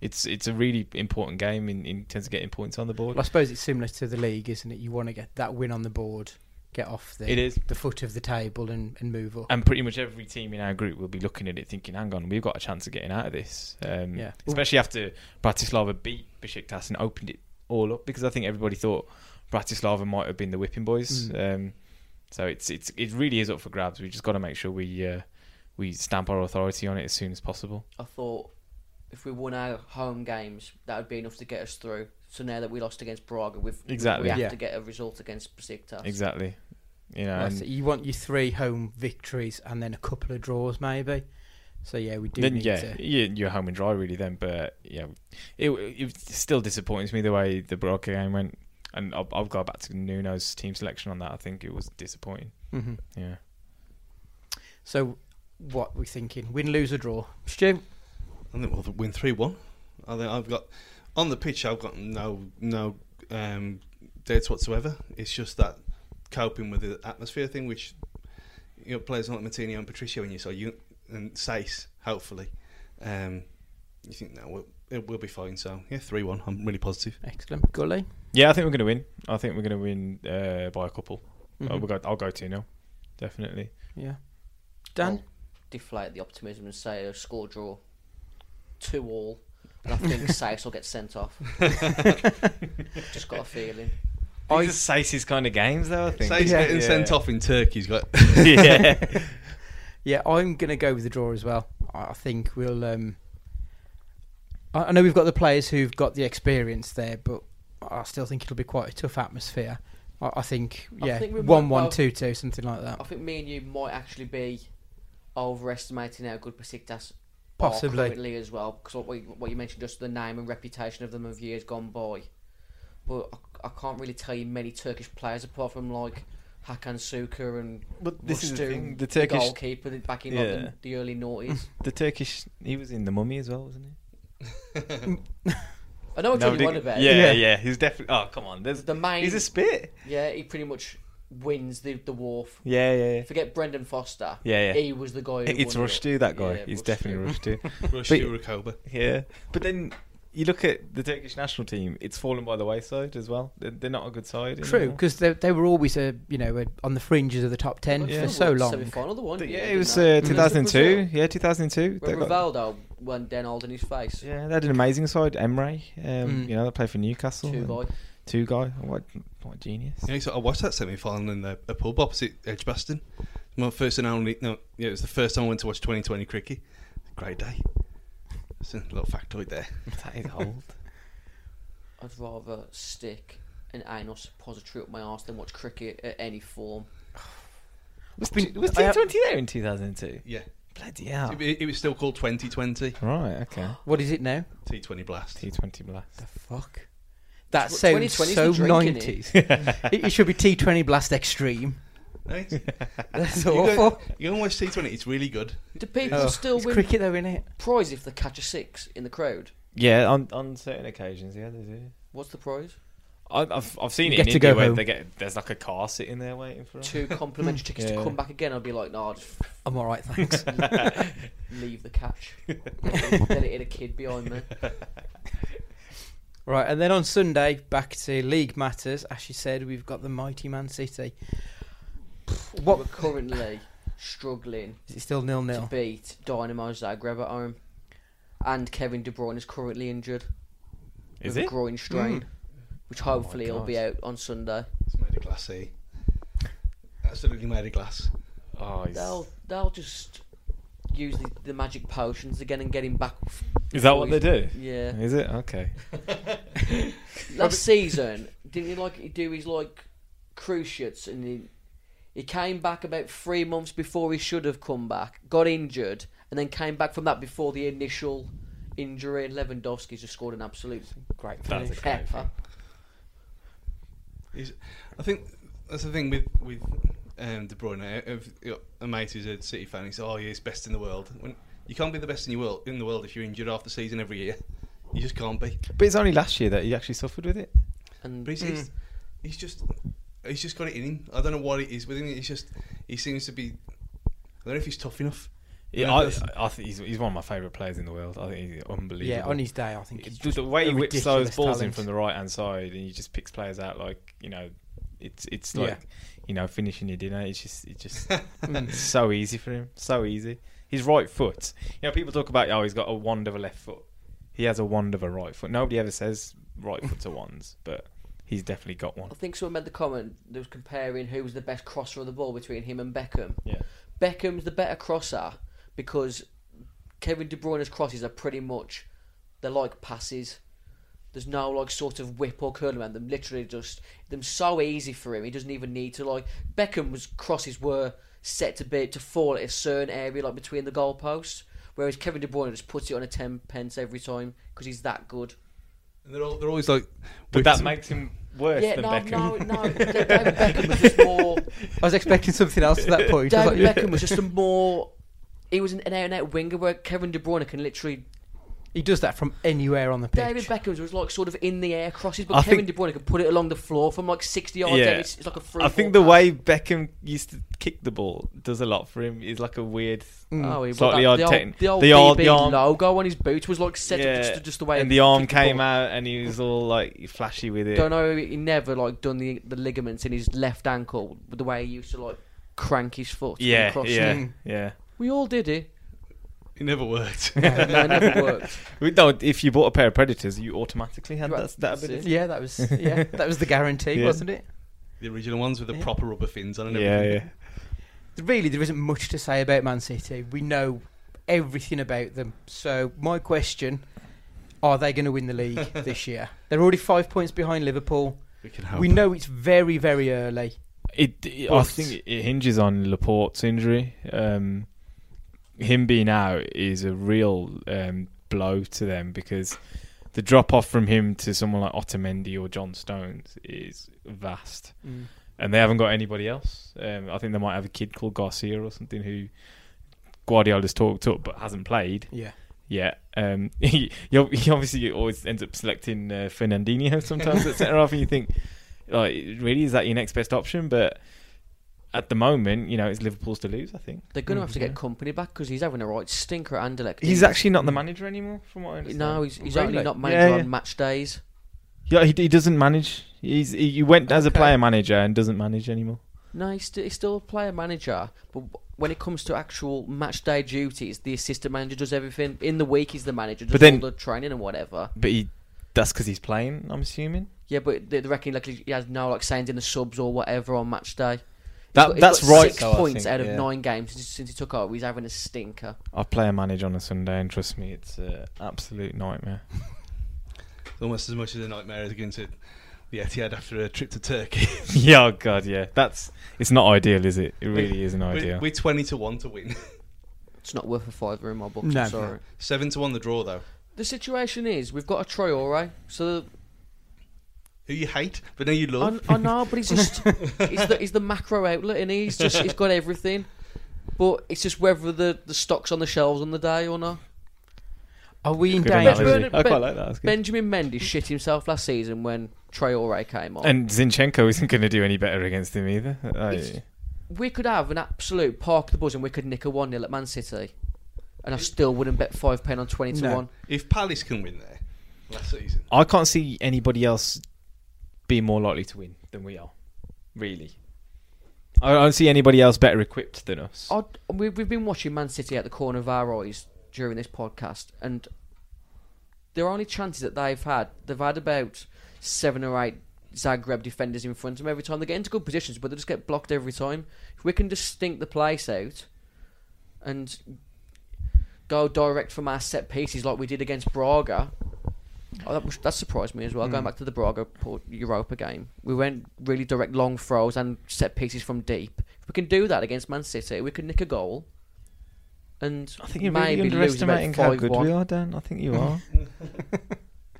[SPEAKER 3] it's it's a really important game in, in terms of getting points on the board.
[SPEAKER 1] Well, I suppose it's similar to the league, isn't it? You want to get that win on the board, get off the
[SPEAKER 3] It is.
[SPEAKER 1] the foot of the table, and, and move up.
[SPEAKER 3] and pretty much every team in our group will be looking at it thinking, hang on, we've got a chance of getting out of this. Um,
[SPEAKER 1] Yeah.
[SPEAKER 3] Especially after Bratislava beat Besiktas and opened it all up because I think everybody thought Bratislava might have been the whipping boys.
[SPEAKER 1] Mm.
[SPEAKER 3] Um, so it's it's it really is up for grabs. We've just got to make sure we uh, we stamp our authority on it as soon as possible.
[SPEAKER 4] I thought if we won our home games, that would be enough to get us through. So now that we lost against Braga, we've
[SPEAKER 3] Exactly.
[SPEAKER 4] we have
[SPEAKER 1] Yeah.
[SPEAKER 4] to get a result against Besiktas.
[SPEAKER 3] Exactly. You know,
[SPEAKER 1] Well,
[SPEAKER 3] and
[SPEAKER 1] so you want your three home victories and then a couple of draws, maybe. So yeah, we do
[SPEAKER 3] then
[SPEAKER 1] need
[SPEAKER 3] yeah,
[SPEAKER 1] to.
[SPEAKER 3] you, you're home and dry really. Then, but yeah, it, it still disappoints me the way the Broca game went, and I'll, I'll go back to Nuno's team selection on that. I think it was disappointing.
[SPEAKER 1] Mhm.
[SPEAKER 3] Yeah,
[SPEAKER 1] So what we're thinking? Win, lose, or draw? Stu,
[SPEAKER 2] I think we'll win three one. I think I've got on the pitch. I've got no no um, doubts whatsoever. It's just that coping with the atmosphere thing, which you know, players like Martino and Patricio and you saw you and Sace, hopefully, um, you think no, we'll, it will be fine. So yeah, three one. I'm really positive.
[SPEAKER 1] excellent. Gully,
[SPEAKER 3] yeah. I think we're gonna win. I think we're gonna win uh, by a couple.
[SPEAKER 1] Mhm.
[SPEAKER 3] I'll, go, I'll go two now, definitely.
[SPEAKER 1] yeah. Dan,
[SPEAKER 4] I'll deflate the optimism and say a score draw, two all, and I think Sace will get sent off. Just got a feeling.
[SPEAKER 1] I-
[SPEAKER 3] These are Sace's kind of games, though. I think
[SPEAKER 2] Sace
[SPEAKER 1] Yeah.
[SPEAKER 2] getting sent off in Turkey's got
[SPEAKER 3] yeah,
[SPEAKER 1] Yeah, I'm going to go with the draw as well. I I think we'll. Um, I I know we've got the players who've got the experience there, but I still think it'll be quite a tough atmosphere. I, I think,
[SPEAKER 4] I
[SPEAKER 1] yeah,
[SPEAKER 4] think we
[SPEAKER 1] one,
[SPEAKER 4] might-
[SPEAKER 1] one,
[SPEAKER 4] well-
[SPEAKER 1] two, two, something like that.
[SPEAKER 4] I think me and you might actually be overestimating how good Besiktas are
[SPEAKER 1] Possibly.
[SPEAKER 4] currently as well because what, we- what you mentioned just the name and reputation of them of years gone by. But I, I can't really tell you many Turkish players apart from like Hakan Suka and
[SPEAKER 3] But this is the
[SPEAKER 4] Rustu,
[SPEAKER 3] thing, the Turkish-
[SPEAKER 4] goalkeeper back in like,
[SPEAKER 3] Yeah.
[SPEAKER 4] the, the early noughties.
[SPEAKER 3] The Turkish. He was in the Mummy as well, wasn't he?
[SPEAKER 4] I know what
[SPEAKER 3] No,
[SPEAKER 4] you
[SPEAKER 3] did-
[SPEAKER 4] want about.
[SPEAKER 3] yeah,
[SPEAKER 1] Yeah.
[SPEAKER 3] yeah, He's definitely. Oh, come on. There's
[SPEAKER 4] The main-
[SPEAKER 3] He's a spit.
[SPEAKER 4] yeah, he pretty much wins the the wharf.
[SPEAKER 3] Yeah, yeah, yeah.
[SPEAKER 4] Forget Brendan Foster.
[SPEAKER 3] Yeah, yeah.
[SPEAKER 4] He was the guy. Who
[SPEAKER 3] It's
[SPEAKER 4] won it.
[SPEAKER 3] Rushdu, that guy.
[SPEAKER 4] Yeah,
[SPEAKER 3] He's
[SPEAKER 4] Rushdu.
[SPEAKER 3] definitely Rushdu.
[SPEAKER 2] Rush
[SPEAKER 3] But-
[SPEAKER 2] to Rakoba.
[SPEAKER 3] yeah. But then you look at the Turkish national team, it's fallen by the wayside as well. They're, they're not a good side.
[SPEAKER 1] True,
[SPEAKER 3] anymore.
[SPEAKER 1] because they, they were always a you know a, on the fringes of the top ten
[SPEAKER 4] But
[SPEAKER 3] Yeah.
[SPEAKER 1] for
[SPEAKER 4] still
[SPEAKER 1] so
[SPEAKER 4] won the
[SPEAKER 1] long.
[SPEAKER 4] Semi-final, the one.
[SPEAKER 3] But
[SPEAKER 4] year,
[SPEAKER 3] yeah, it
[SPEAKER 4] didn't
[SPEAKER 3] was
[SPEAKER 4] they?
[SPEAKER 3] uh,
[SPEAKER 4] Against
[SPEAKER 3] 2002.
[SPEAKER 4] Brazil.
[SPEAKER 3] Yeah, 2002. They
[SPEAKER 4] When
[SPEAKER 3] got-
[SPEAKER 4] Rivaldo went Den Old in his face.
[SPEAKER 3] yeah, they had an amazing side. Emre, um,
[SPEAKER 1] Mm.
[SPEAKER 3] you know, they played for Newcastle.
[SPEAKER 4] Two
[SPEAKER 3] and
[SPEAKER 4] boy.
[SPEAKER 3] Two guy. What, what a genius.
[SPEAKER 2] Yeah, so I watched that semi final in the, a pub opposite Edgbaston. My first and only. No, yeah, it was the first time I went to watch 2020 cricket. Great day. It's a little factoid there.
[SPEAKER 3] That is old.
[SPEAKER 4] I'd rather stick an anal suppository up my arse than watch cricket at any form.
[SPEAKER 3] was
[SPEAKER 1] been-
[SPEAKER 3] t- was
[SPEAKER 1] I have-
[SPEAKER 3] T20 there in 2002?
[SPEAKER 2] Yeah,
[SPEAKER 3] Bloody hell.
[SPEAKER 2] it, it was still called 2020
[SPEAKER 3] Right, okay.
[SPEAKER 1] What is it now?
[SPEAKER 2] T20 Blast.
[SPEAKER 3] T20 Blast.
[SPEAKER 1] The fuck. That
[SPEAKER 4] Tw-
[SPEAKER 1] sounds
[SPEAKER 4] 2020 is
[SPEAKER 1] so
[SPEAKER 4] the drink,
[SPEAKER 1] nineties. it, it should be T Twenty Blast Extreme.
[SPEAKER 2] No, it's- you
[SPEAKER 1] That's
[SPEAKER 2] go,
[SPEAKER 1] awful.
[SPEAKER 2] you go and watch T20. It's really good.
[SPEAKER 4] Do people
[SPEAKER 1] Oh,
[SPEAKER 4] still
[SPEAKER 1] it's
[SPEAKER 4] win
[SPEAKER 1] cricket though, innit?
[SPEAKER 4] prize if they catch a six in the crowd?
[SPEAKER 3] Yeah, on, on certain occasions, yeah, they do.
[SPEAKER 4] What's the prize?
[SPEAKER 3] I've, I've, I've seen
[SPEAKER 1] You
[SPEAKER 3] it
[SPEAKER 1] get
[SPEAKER 3] in
[SPEAKER 1] to
[SPEAKER 3] India
[SPEAKER 1] go
[SPEAKER 3] where
[SPEAKER 1] home.
[SPEAKER 3] they get, there's like a car sitting there waiting for us.
[SPEAKER 4] Two complimentary tickets
[SPEAKER 3] Yeah.
[SPEAKER 4] to come back again. I'd be like, nah, just
[SPEAKER 1] I'm all right, thanks.
[SPEAKER 4] leave the catch. then it hit a kid behind me.
[SPEAKER 1] right, and then on Sunday, back to league matters. As you said, we've got the mighty Man City.
[SPEAKER 4] We're
[SPEAKER 1] What
[SPEAKER 4] currently struggling
[SPEAKER 1] is it? Still nil
[SPEAKER 4] to
[SPEAKER 1] nil.
[SPEAKER 4] beat Dynamo Zagreb at home. And Kevin De Bruyne is currently injured
[SPEAKER 3] Is
[SPEAKER 4] with a
[SPEAKER 3] it?
[SPEAKER 4] groin strain, which hopefully he'll
[SPEAKER 3] God.
[SPEAKER 4] be out on Sunday.
[SPEAKER 2] It's made of glass, see. Absolutely made of glass.
[SPEAKER 3] Oh, he's-
[SPEAKER 4] They'll they'll just use the, the magic potions again and get him back. f-
[SPEAKER 3] Is that what they
[SPEAKER 4] before
[SPEAKER 3] do?
[SPEAKER 4] he's- Yeah.
[SPEAKER 3] Is it? Okay.
[SPEAKER 4] Last season, didn't he like he do his like cruciates and he he came back about three months before he should have come back, got injured, and then came back from that before the initial injury. And Lewandowski's just scored an absolute
[SPEAKER 1] Great
[SPEAKER 3] That was
[SPEAKER 1] finish.
[SPEAKER 3] a great
[SPEAKER 4] pepper.
[SPEAKER 2] He's, I think that's the thing with with um, De Bruyne. If you got a mate who's a City fan, he says, "Oh, yeah, he's best in the world." When you can't be the best in your world in the world if you're injured half the season every year, you just can't be.
[SPEAKER 3] But it's only last year that he actually suffered with it.
[SPEAKER 4] And
[SPEAKER 2] But he's,
[SPEAKER 1] Mm.
[SPEAKER 2] he's, he's just he's just got it in him. I don't know what it is with him. He's just he seems to be. I don't know if he's tough enough.
[SPEAKER 3] Yeah,
[SPEAKER 2] No,
[SPEAKER 3] I,
[SPEAKER 2] that's-
[SPEAKER 3] I think he's, he's one of my favourite players in the world. I think he's unbelievable.
[SPEAKER 1] Yeah, on his day, I think. It's
[SPEAKER 3] the,
[SPEAKER 1] just
[SPEAKER 3] the way he
[SPEAKER 1] a
[SPEAKER 3] whips those
[SPEAKER 1] ridiculous
[SPEAKER 3] balls in
[SPEAKER 1] talent.
[SPEAKER 3] from the right hand side, and he just picks players out like you know, it's it's like
[SPEAKER 1] Yeah.
[SPEAKER 3] you know finishing your dinner. It's just it's just
[SPEAKER 1] Mm.
[SPEAKER 3] so easy for him, so easy. His right foot, you know, people talk about oh he's got a wand of a left foot. He has a wand of a right foot. Nobody ever says right foot's a wands, but he's definitely got one.
[SPEAKER 4] I think someone made the comment that was comparing who was the best crosser of the ball between him and Beckham.
[SPEAKER 3] Yeah,
[SPEAKER 4] Beckham's the better crosser because Kevin De Bruyne's crosses are pretty much they're like passes. There's no like sort of whip or curl around them. Literally just them so easy for him. He doesn't even need to like Beckham's crosses were set to be to fall at a certain area like between the goalposts. Whereas Kevin De Bruyne just puts it on a ten pence every time because he's that good.
[SPEAKER 2] And they're all, they're always like.
[SPEAKER 3] but
[SPEAKER 2] with-
[SPEAKER 3] that makes him worse
[SPEAKER 4] yeah,
[SPEAKER 3] than
[SPEAKER 4] no,
[SPEAKER 3] Beckham.
[SPEAKER 4] no, no, David Beckham was just more.
[SPEAKER 1] I was expecting something else at that point. I was
[SPEAKER 4] David
[SPEAKER 1] like,
[SPEAKER 4] Beckham was just a more. He was an out and out winger where Kevin De Bruyne can literally
[SPEAKER 1] he does that from anywhere on the pitch.
[SPEAKER 4] David Beckham's was like sort of in the air crosses, but
[SPEAKER 3] I
[SPEAKER 4] Kevin
[SPEAKER 3] think-
[SPEAKER 4] De Bruyne could put it along the floor from like sixty yards.
[SPEAKER 3] Yeah.
[SPEAKER 4] Yeah. It's, it's like a free.
[SPEAKER 3] I think the
[SPEAKER 4] ball
[SPEAKER 3] way Beckham used to kick the ball does a lot for him. Is like a weird,
[SPEAKER 1] Mm.
[SPEAKER 4] pass. Oh, he-
[SPEAKER 3] slightly
[SPEAKER 4] well,
[SPEAKER 3] odd
[SPEAKER 4] that- the
[SPEAKER 3] technique.
[SPEAKER 4] old,
[SPEAKER 3] The
[SPEAKER 4] the old
[SPEAKER 3] old-
[SPEAKER 4] BB
[SPEAKER 3] the arm-
[SPEAKER 4] logo on his boot was like set
[SPEAKER 3] Yeah,
[SPEAKER 4] up just, just the way.
[SPEAKER 3] and
[SPEAKER 4] he
[SPEAKER 3] the arm
[SPEAKER 4] kicked
[SPEAKER 3] came
[SPEAKER 4] ball.
[SPEAKER 3] out, and he was all like flashy with it.
[SPEAKER 4] Don't know. He never like done the the ligaments in his left ankle with the way he used to like crank his foot. when he
[SPEAKER 3] yeah,
[SPEAKER 4] crossed
[SPEAKER 3] yeah,
[SPEAKER 4] it.
[SPEAKER 3] yeah.
[SPEAKER 4] We all did it.
[SPEAKER 2] it never worked.
[SPEAKER 4] No, it never worked.
[SPEAKER 3] We don't. If you bought a pair of Predators, you automatically had
[SPEAKER 4] You
[SPEAKER 3] that, that
[SPEAKER 4] had-
[SPEAKER 3] ability.
[SPEAKER 1] Yeah, that was yeah, that was the guarantee,
[SPEAKER 3] Yeah.
[SPEAKER 1] wasn't it?
[SPEAKER 2] the original ones with the
[SPEAKER 1] Yeah.
[SPEAKER 2] proper rubber fins on and
[SPEAKER 3] Yeah,
[SPEAKER 2] everything.
[SPEAKER 3] yeah.
[SPEAKER 1] Really, there isn't much to say about Man City. We know everything about them. So my question: Are they going to win the league this year? They're already five points behind Liverpool.
[SPEAKER 2] We can hope.
[SPEAKER 1] We know it's very very early.
[SPEAKER 3] It, it- I
[SPEAKER 1] But-
[SPEAKER 3] think it hinges on Laporte's injury. Um, him being out is a real um, blow to them because the drop off from him to someone like Otamendi or John Stones is vast. and they haven't got anybody else. Um, I think they might have a kid called Garcia or something who Guardiola's talked up but hasn't played
[SPEAKER 1] Yeah.
[SPEAKER 3] yet. Um, he, he ob- he obviously always ends up selecting uh, Fernandinho sometimes at centre half, and you think, like, really is that your next best option? But at the moment, you know, it's Liverpool's to lose. I think
[SPEAKER 4] They're going to have to
[SPEAKER 3] Yeah.
[SPEAKER 4] get company back because he's having a right stinker at Anderlecht.
[SPEAKER 3] he's actually not the manager anymore, from what I understand.
[SPEAKER 4] no, he's, he's
[SPEAKER 1] Really?
[SPEAKER 4] only not manager
[SPEAKER 3] Yeah, yeah.
[SPEAKER 4] on match days.
[SPEAKER 3] Yeah, he, he doesn't manage. He's he, he went as a
[SPEAKER 1] Okay.
[SPEAKER 3] player manager and doesn't manage anymore.
[SPEAKER 4] No, he's, st- he's still a player manager, but w- when it comes to actual match day duties, the assistant manager does everything. In the week, he's the manager, does
[SPEAKER 3] But then-
[SPEAKER 4] all the training and whatever.
[SPEAKER 3] But he that's because he's playing. I'm assuming
[SPEAKER 4] Yeah, but they they reckon like he has now like sayings in the subs or whatever on match day. He's
[SPEAKER 3] that
[SPEAKER 4] got- he's
[SPEAKER 3] that's
[SPEAKER 4] got
[SPEAKER 3] right.
[SPEAKER 4] Six
[SPEAKER 2] though, I
[SPEAKER 4] points
[SPEAKER 2] think,
[SPEAKER 4] out of
[SPEAKER 2] yeah.
[SPEAKER 4] nine games since, since he took over. He's having a stinker.
[SPEAKER 3] I play a manager on a Sunday, and trust me, it's an absolute nightmare.
[SPEAKER 2] Almost as much as a nightmare as going to the Etihad after a trip to Turkey.
[SPEAKER 3] yeah, oh god, yeah. That's it's not ideal, is it? It really isn't
[SPEAKER 2] we're,
[SPEAKER 3] ideal.
[SPEAKER 2] we're 20 to 1 to win.
[SPEAKER 4] It's not worth a fiver in my book.
[SPEAKER 1] No.
[SPEAKER 4] I'm sorry.
[SPEAKER 2] 7 to 1 the draw, though.
[SPEAKER 4] The situation is we've got a Traore, so
[SPEAKER 2] Who you hate, but now you love.
[SPEAKER 4] I, I know, but he's just he's the he's the macro outlet, and he's just he's got everything. But it's just whether the, the stock's on the shelves on the day or not.
[SPEAKER 1] Are we in
[SPEAKER 3] Good
[SPEAKER 1] danger?
[SPEAKER 3] analogy.
[SPEAKER 4] Bernard-
[SPEAKER 3] I quite
[SPEAKER 4] Ben-
[SPEAKER 3] like that. That's good.
[SPEAKER 4] Benjamin Mendy shit himself last season when Traore came on.
[SPEAKER 3] and Zinchenko isn't going to do any better against him either. I-
[SPEAKER 4] It's- we could have an absolute park the buzz, and we could nick a one 0 at Man City, and I still wouldn't bet five pen on twenty to
[SPEAKER 1] No.
[SPEAKER 4] one.
[SPEAKER 2] If Palace can win there last season,
[SPEAKER 3] I can't see anybody else being more likely to win than we are. Really, I I don't see anybody else better equipped than us.
[SPEAKER 4] I'd, we, we've been watching Man City at the corner of our eyes during this podcast, and their only chances that they've had, they've had about seven or eight Zagreb defenders in front of them every time. They get into good positions, but they just get blocked every time. If we can just stink the place out and go direct from our set pieces like we did against Braga. Oh, that, was- that surprised me as well.
[SPEAKER 3] Hmm.
[SPEAKER 4] Going back to the Braga Port Europa game, we went really direct long throws and set pieces from deep. If we can do that against Man City, we can nick a goal. And
[SPEAKER 3] I think you're
[SPEAKER 4] maybe
[SPEAKER 3] really
[SPEAKER 4] lose about
[SPEAKER 3] underestimating how
[SPEAKER 4] 5-1.
[SPEAKER 3] good we are, Dan. I think you are.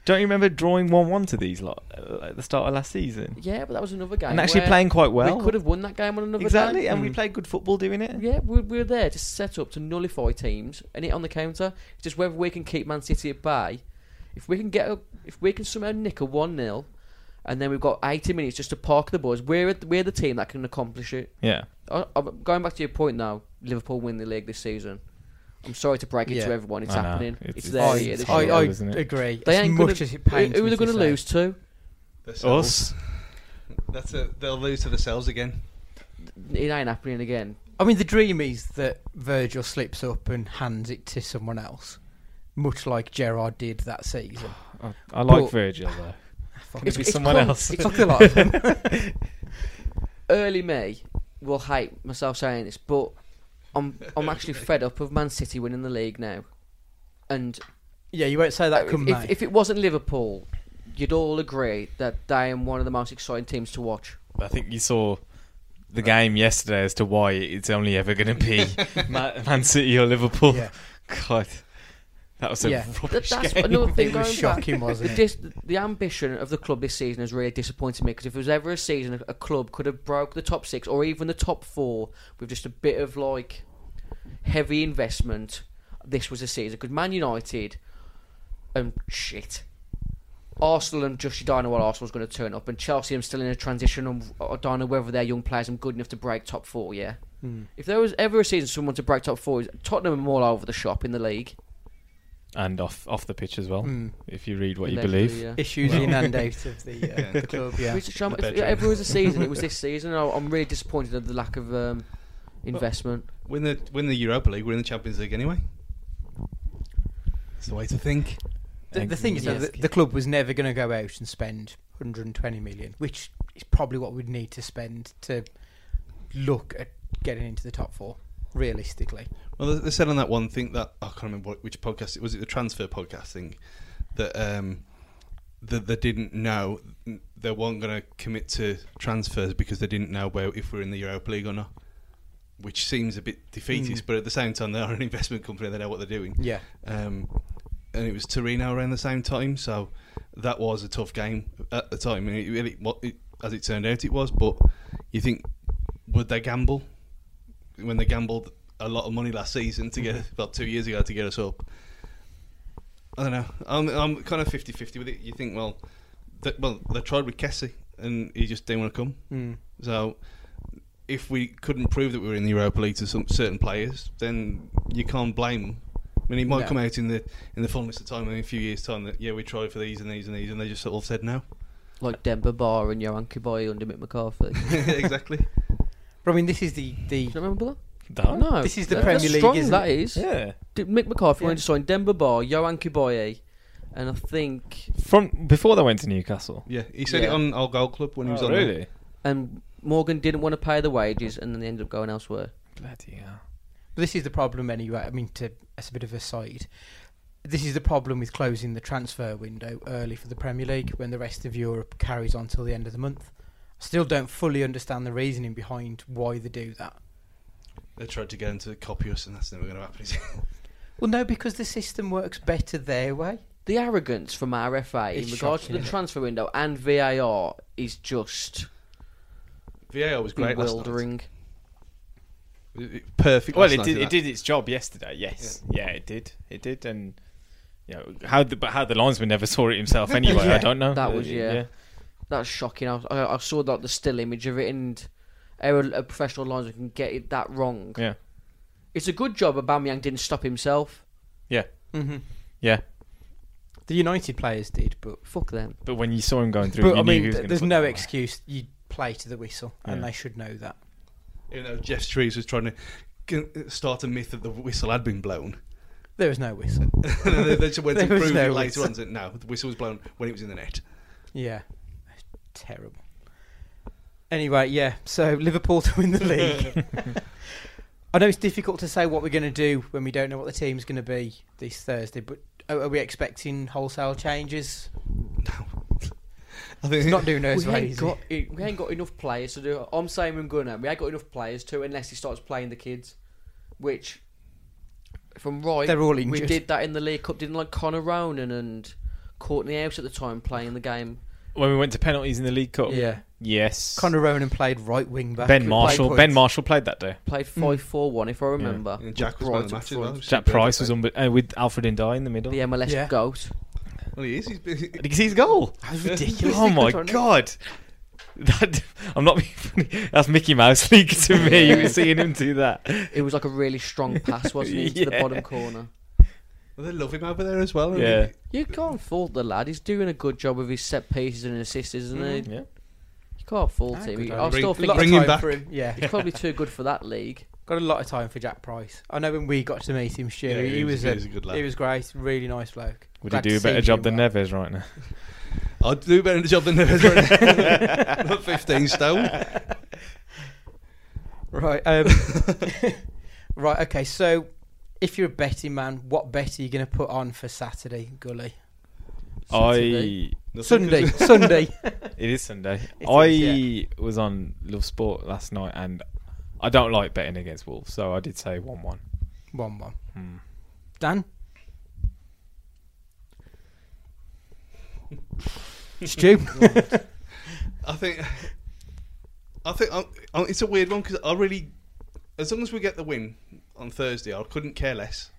[SPEAKER 3] Don't you remember drawing one-one to these lot uh, at the start of last season
[SPEAKER 4] Yeah, but that was another game.
[SPEAKER 3] and actually
[SPEAKER 4] where
[SPEAKER 3] playing quite well?
[SPEAKER 4] We could have won that game on another
[SPEAKER 3] exactly,
[SPEAKER 4] day.
[SPEAKER 3] and we played good football doing it.
[SPEAKER 4] Yeah, we we were there to set up to nullify teams and hit on the counter. It's just whether we can keep Man City at bay. If we can get a, if we can somehow nick a one 0 and then we've got eighty minutes just to park the bus, we're the- we're the team that can accomplish it.
[SPEAKER 3] Yeah.
[SPEAKER 4] I, I'm going back to your point now, Liverpool win the league this season. I'm sorry to break it
[SPEAKER 1] Yeah.
[SPEAKER 4] to everyone, it's
[SPEAKER 3] I know.
[SPEAKER 4] happening.
[SPEAKER 3] It's-
[SPEAKER 4] It's,
[SPEAKER 3] it's-
[SPEAKER 4] there.
[SPEAKER 1] I,
[SPEAKER 4] yeah, this
[SPEAKER 1] I,
[SPEAKER 4] year.
[SPEAKER 1] I
[SPEAKER 3] isn't it?
[SPEAKER 1] agree.
[SPEAKER 4] they
[SPEAKER 1] as
[SPEAKER 4] ain't
[SPEAKER 1] much
[SPEAKER 4] gonna,
[SPEAKER 1] as it pains
[SPEAKER 4] who, who
[SPEAKER 1] me
[SPEAKER 4] are they going
[SPEAKER 1] to
[SPEAKER 4] to
[SPEAKER 1] say.
[SPEAKER 4] lose to?
[SPEAKER 2] themselves. That's a, they'll lose to themselves again.
[SPEAKER 4] It ain't happening again.
[SPEAKER 1] I mean, the dream is that Virgil slips up and hands it to someone else, much like Gerard did that season.
[SPEAKER 3] I, I like
[SPEAKER 1] But-
[SPEAKER 3] Virgil though.
[SPEAKER 1] Fuck
[SPEAKER 3] It's-
[SPEAKER 1] it.
[SPEAKER 3] be someone
[SPEAKER 4] con-
[SPEAKER 3] else.
[SPEAKER 4] It's
[SPEAKER 1] Fuck a lot of them.
[SPEAKER 4] early me will hate myself saying this, but I'm I'm actually fed up of Man City winning the league now. And
[SPEAKER 1] Yeah, you won't say that come May.
[SPEAKER 4] if, if it wasn't Liverpool, you'd all agree that they are one of the most exciting teams to watch.
[SPEAKER 3] I think you saw the game yesterday as to why it's only ever going to be Man, Man City or Liverpool.
[SPEAKER 1] Yeah.
[SPEAKER 3] God, that was a
[SPEAKER 1] Yeah.
[SPEAKER 4] That,
[SPEAKER 3] rubbish
[SPEAKER 4] that's
[SPEAKER 3] game.
[SPEAKER 4] another thing
[SPEAKER 1] it
[SPEAKER 4] going
[SPEAKER 1] was
[SPEAKER 4] back.
[SPEAKER 1] shocking,
[SPEAKER 4] The,
[SPEAKER 1] wasn't it?
[SPEAKER 4] dis- the ambition of the club this season has really disappointed me because if there was ever a season a- a club could have broke the top six or even the top four with just a bit of like heavy investment, this was a season. Because Man United, um, shit, Arsenal and just you don't know what Arsenal's going to turn up, and Chelsea. I'm still in a transition. and I don't know whether their young players are good enough to break top four. Yeah,
[SPEAKER 1] Hmm.
[SPEAKER 4] if there was ever a season someone to break top four, Tottenham are all over the shop in the league.
[SPEAKER 3] and off off the pitch as well.
[SPEAKER 1] Mm.
[SPEAKER 3] If you read what you
[SPEAKER 4] Allegedly,
[SPEAKER 3] believe.
[SPEAKER 4] yeah.
[SPEAKER 1] Issues in and out of the, uh,
[SPEAKER 2] Yeah.
[SPEAKER 1] the club. Yeah.
[SPEAKER 4] Which show-
[SPEAKER 2] The
[SPEAKER 4] if it
[SPEAKER 2] bedroom.
[SPEAKER 4] ever was a season, it was this season. I- I'm really disappointed at the lack of um, investment.
[SPEAKER 2] Win the win the Europa League. We're in the Champions League anyway. That's the way to think.
[SPEAKER 1] The, the thing is, though,
[SPEAKER 4] Yes.
[SPEAKER 1] that the, club was never going to go out and spend 120 million, which is probably what we'd need to spend to look at getting into the top four, realistically.
[SPEAKER 2] Well, they- they said on that one thing that I can't remember what, which podcast it was. It the transfer podcast thing that um, that they didn't know they weren't going to commit to transfers because they didn't know where if we're in the Europa League or not. Which seems a bit defeatist,
[SPEAKER 1] Mm.
[SPEAKER 2] but at the same time, they are an investment company. They know what they're doing.
[SPEAKER 1] Yeah.
[SPEAKER 2] um, and it was Torino around the same time. So that was a tough game at the time, and it really what it, as it turned out it was. But you think would they gamble when they gambled a lot of money last season to get about two years ago to get us up? I don't know. I'm I'm kind of 50-50 with it. You think well, th- well they tried with Kessie and he just didn't want to come.
[SPEAKER 1] Mm.
[SPEAKER 2] So if we couldn't prove that we were in the Europa League to some certain players, then you can't blame them. I mean, it might
[SPEAKER 1] No.
[SPEAKER 2] come out in the in the fullness of time in a few years' time that yeah, we tried for these and these and these, and they just sort of said no.
[SPEAKER 4] Like Denver Bar and Johan Kuboy under Mick McCarthy. Do
[SPEAKER 2] exactly.
[SPEAKER 1] But I mean, this is the the
[SPEAKER 4] you remember that?
[SPEAKER 3] Done.
[SPEAKER 4] No.
[SPEAKER 1] This is the
[SPEAKER 4] that-
[SPEAKER 1] Premier
[SPEAKER 4] that's
[SPEAKER 1] League,
[SPEAKER 4] strong,
[SPEAKER 1] isn't
[SPEAKER 4] that
[SPEAKER 1] it?
[SPEAKER 4] is.
[SPEAKER 3] Yeah.
[SPEAKER 4] Did Mick McCarthy
[SPEAKER 1] Yeah.
[SPEAKER 4] went to sign Denver Bar, Johan Kuboy, and I think
[SPEAKER 3] From before they went to Newcastle.
[SPEAKER 2] Yeah, he said it
[SPEAKER 4] Yeah.
[SPEAKER 2] on Old Gold Club when he was
[SPEAKER 3] Oh,
[SPEAKER 2] on. there.
[SPEAKER 3] really?
[SPEAKER 4] and Morgan didn't want to pay the wages, and then they ended up going elsewhere.
[SPEAKER 3] Bloody hell.
[SPEAKER 1] this is the problem anyway. I mean, to as a bit of a side, this is the problem with closing the transfer window early for the Premier League when the rest of Europe carries on till the end of the month. I still don't fully understand the reasoning behind why they do that.
[SPEAKER 2] They tried to get him to copy us, and that's never going to happen. is it?
[SPEAKER 1] Well, no, because the system works better their way.
[SPEAKER 4] The arrogance from our FA in
[SPEAKER 1] It's
[SPEAKER 4] regards to
[SPEAKER 1] shocking,
[SPEAKER 4] the
[SPEAKER 1] isn't it?
[SPEAKER 4] transfer window and VAR is just
[SPEAKER 2] VAR was great last night.
[SPEAKER 4] bewildering.
[SPEAKER 2] It- it- Perfect.
[SPEAKER 3] Well,
[SPEAKER 2] last
[SPEAKER 3] it
[SPEAKER 2] night
[SPEAKER 3] did.
[SPEAKER 2] in
[SPEAKER 3] It
[SPEAKER 2] that.
[SPEAKER 3] did its job yesterday. Yes. Yeah, it did. It did. And you know, how the but how the linesman never saw it himself anyway.
[SPEAKER 1] Yeah.
[SPEAKER 3] I don't know.
[SPEAKER 4] That was-
[SPEAKER 3] Uh,
[SPEAKER 4] yeah. That's shocking. I, I, I saw that the still image of it, and a, a professional linesman can get it that wrong.
[SPEAKER 3] Yeah.
[SPEAKER 4] It's a good job Aubameyang didn't stop himself.
[SPEAKER 1] Mm-hmm.
[SPEAKER 3] Yeah.
[SPEAKER 1] The United players did, but
[SPEAKER 4] Fuck them.
[SPEAKER 3] But when you saw him going through,
[SPEAKER 1] but
[SPEAKER 3] you
[SPEAKER 1] I
[SPEAKER 3] knew
[SPEAKER 1] mean,
[SPEAKER 3] he was
[SPEAKER 1] th-
[SPEAKER 3] gonna
[SPEAKER 1] there's
[SPEAKER 3] put
[SPEAKER 1] no
[SPEAKER 3] that away.
[SPEAKER 1] excuse. You play to the whistle, and
[SPEAKER 3] Yeah.
[SPEAKER 1] they should know that.
[SPEAKER 2] Even though Jeff Trees was trying to g- start a myth that the whistle had been blown,
[SPEAKER 1] There was no whistle.
[SPEAKER 2] and then they- they just went to
[SPEAKER 1] There was
[SPEAKER 2] prove
[SPEAKER 1] no
[SPEAKER 2] it later
[SPEAKER 1] whistle.
[SPEAKER 2] on. and said, No, the whistle was blown when it was in the net.
[SPEAKER 1] Yeah. Terrible. Anyway, yeah, so Liverpool to win the league. I know it's difficult to say what we're going to do when we don't know what the team's going to be this Thursday, but are are we expecting wholesale changes?
[SPEAKER 2] I think
[SPEAKER 1] It's not doing those
[SPEAKER 4] we, ain't
[SPEAKER 1] ways.
[SPEAKER 4] got, we ain't got enough players to do it. I'm saying we're gonna. We ain't got enough players to unless he starts playing the kids, which, if I'm right,
[SPEAKER 1] They're all
[SPEAKER 4] we
[SPEAKER 1] injured.
[SPEAKER 4] did that in the League Cup, didn't like Connor Ronan and Courtney out at the time playing the game.
[SPEAKER 3] when we went to penalties in the League Cup.
[SPEAKER 1] Yeah.
[SPEAKER 3] Yes.
[SPEAKER 1] Conor Ronan played right wing back.
[SPEAKER 3] ben
[SPEAKER 1] Play
[SPEAKER 3] Marshall.
[SPEAKER 1] point.
[SPEAKER 3] Ben Marshall played that day.
[SPEAKER 4] Played
[SPEAKER 1] Hmm.
[SPEAKER 4] five four one, if I
[SPEAKER 1] Oh,
[SPEAKER 4] remember.
[SPEAKER 2] And Jack was
[SPEAKER 4] Right
[SPEAKER 2] man of the
[SPEAKER 4] up
[SPEAKER 2] match as well.
[SPEAKER 4] front.
[SPEAKER 3] Jack
[SPEAKER 2] Superb
[SPEAKER 3] Price was
[SPEAKER 2] effect.
[SPEAKER 3] unbe- uh, with Alfred and Di in the middle.
[SPEAKER 4] The MLS
[SPEAKER 1] Yeah.
[SPEAKER 4] goat.
[SPEAKER 2] Well, he is. He's been,
[SPEAKER 3] Did you see his goal?
[SPEAKER 1] That was ridiculous.
[SPEAKER 3] Oh my
[SPEAKER 1] Conor-
[SPEAKER 3] god. That, I'm not being funny. That's Mickey Mouse League to me. You were seeing him do that.
[SPEAKER 4] It was like a really strong pass, wasn't it, into the
[SPEAKER 3] Yeah.
[SPEAKER 4] bottom corner.
[SPEAKER 2] well, they love him over there as well.
[SPEAKER 3] Yeah.
[SPEAKER 2] And
[SPEAKER 4] You can't fault the lad. He's doing a good job with his set pieces and assists, isn't he?
[SPEAKER 3] Mm-hmm. Yeah.
[SPEAKER 4] You can't fault
[SPEAKER 1] Ah,
[SPEAKER 4] him.
[SPEAKER 1] good
[SPEAKER 4] I
[SPEAKER 2] idea.
[SPEAKER 4] still
[SPEAKER 1] A
[SPEAKER 4] think
[SPEAKER 1] lot
[SPEAKER 2] Bring
[SPEAKER 1] of
[SPEAKER 2] him
[SPEAKER 1] time
[SPEAKER 2] back.
[SPEAKER 1] for him. Yeah.
[SPEAKER 4] he's probably too good for that league.
[SPEAKER 1] Got a lot of time for Jack Price. I know when we got to meet him, Stu,
[SPEAKER 2] Yeah,
[SPEAKER 1] he,
[SPEAKER 2] he
[SPEAKER 1] was
[SPEAKER 2] was- he
[SPEAKER 1] a,
[SPEAKER 2] was a good lad.
[SPEAKER 1] He was great, really nice bloke.
[SPEAKER 3] Would
[SPEAKER 1] Glad
[SPEAKER 3] he do
[SPEAKER 1] to
[SPEAKER 3] a
[SPEAKER 1] see
[SPEAKER 3] better
[SPEAKER 1] him
[SPEAKER 3] job
[SPEAKER 1] do
[SPEAKER 3] than
[SPEAKER 1] well.
[SPEAKER 3] Neves right now?
[SPEAKER 2] I'll do better in the job than Neves. right? Not 15 stone.
[SPEAKER 1] Right. Um, right. Okay. So, if you're a betting man, what bet are you going to put on for Saturday, Gully?
[SPEAKER 4] Saturday.
[SPEAKER 3] I.
[SPEAKER 2] Nothing
[SPEAKER 1] Sunday.
[SPEAKER 2] good.
[SPEAKER 1] Sunday.
[SPEAKER 3] It is Sunday.
[SPEAKER 1] It
[SPEAKER 3] I
[SPEAKER 1] is,
[SPEAKER 3] was on Love Sport last night, and I don't like betting against Wolves, so I did say one-one.
[SPEAKER 1] One one.
[SPEAKER 3] Hmm.
[SPEAKER 1] Dan. Stu.
[SPEAKER 2] I think. I think I'm, i it's a weird one because I really, as long as we get the win on Thursday, I couldn't care less.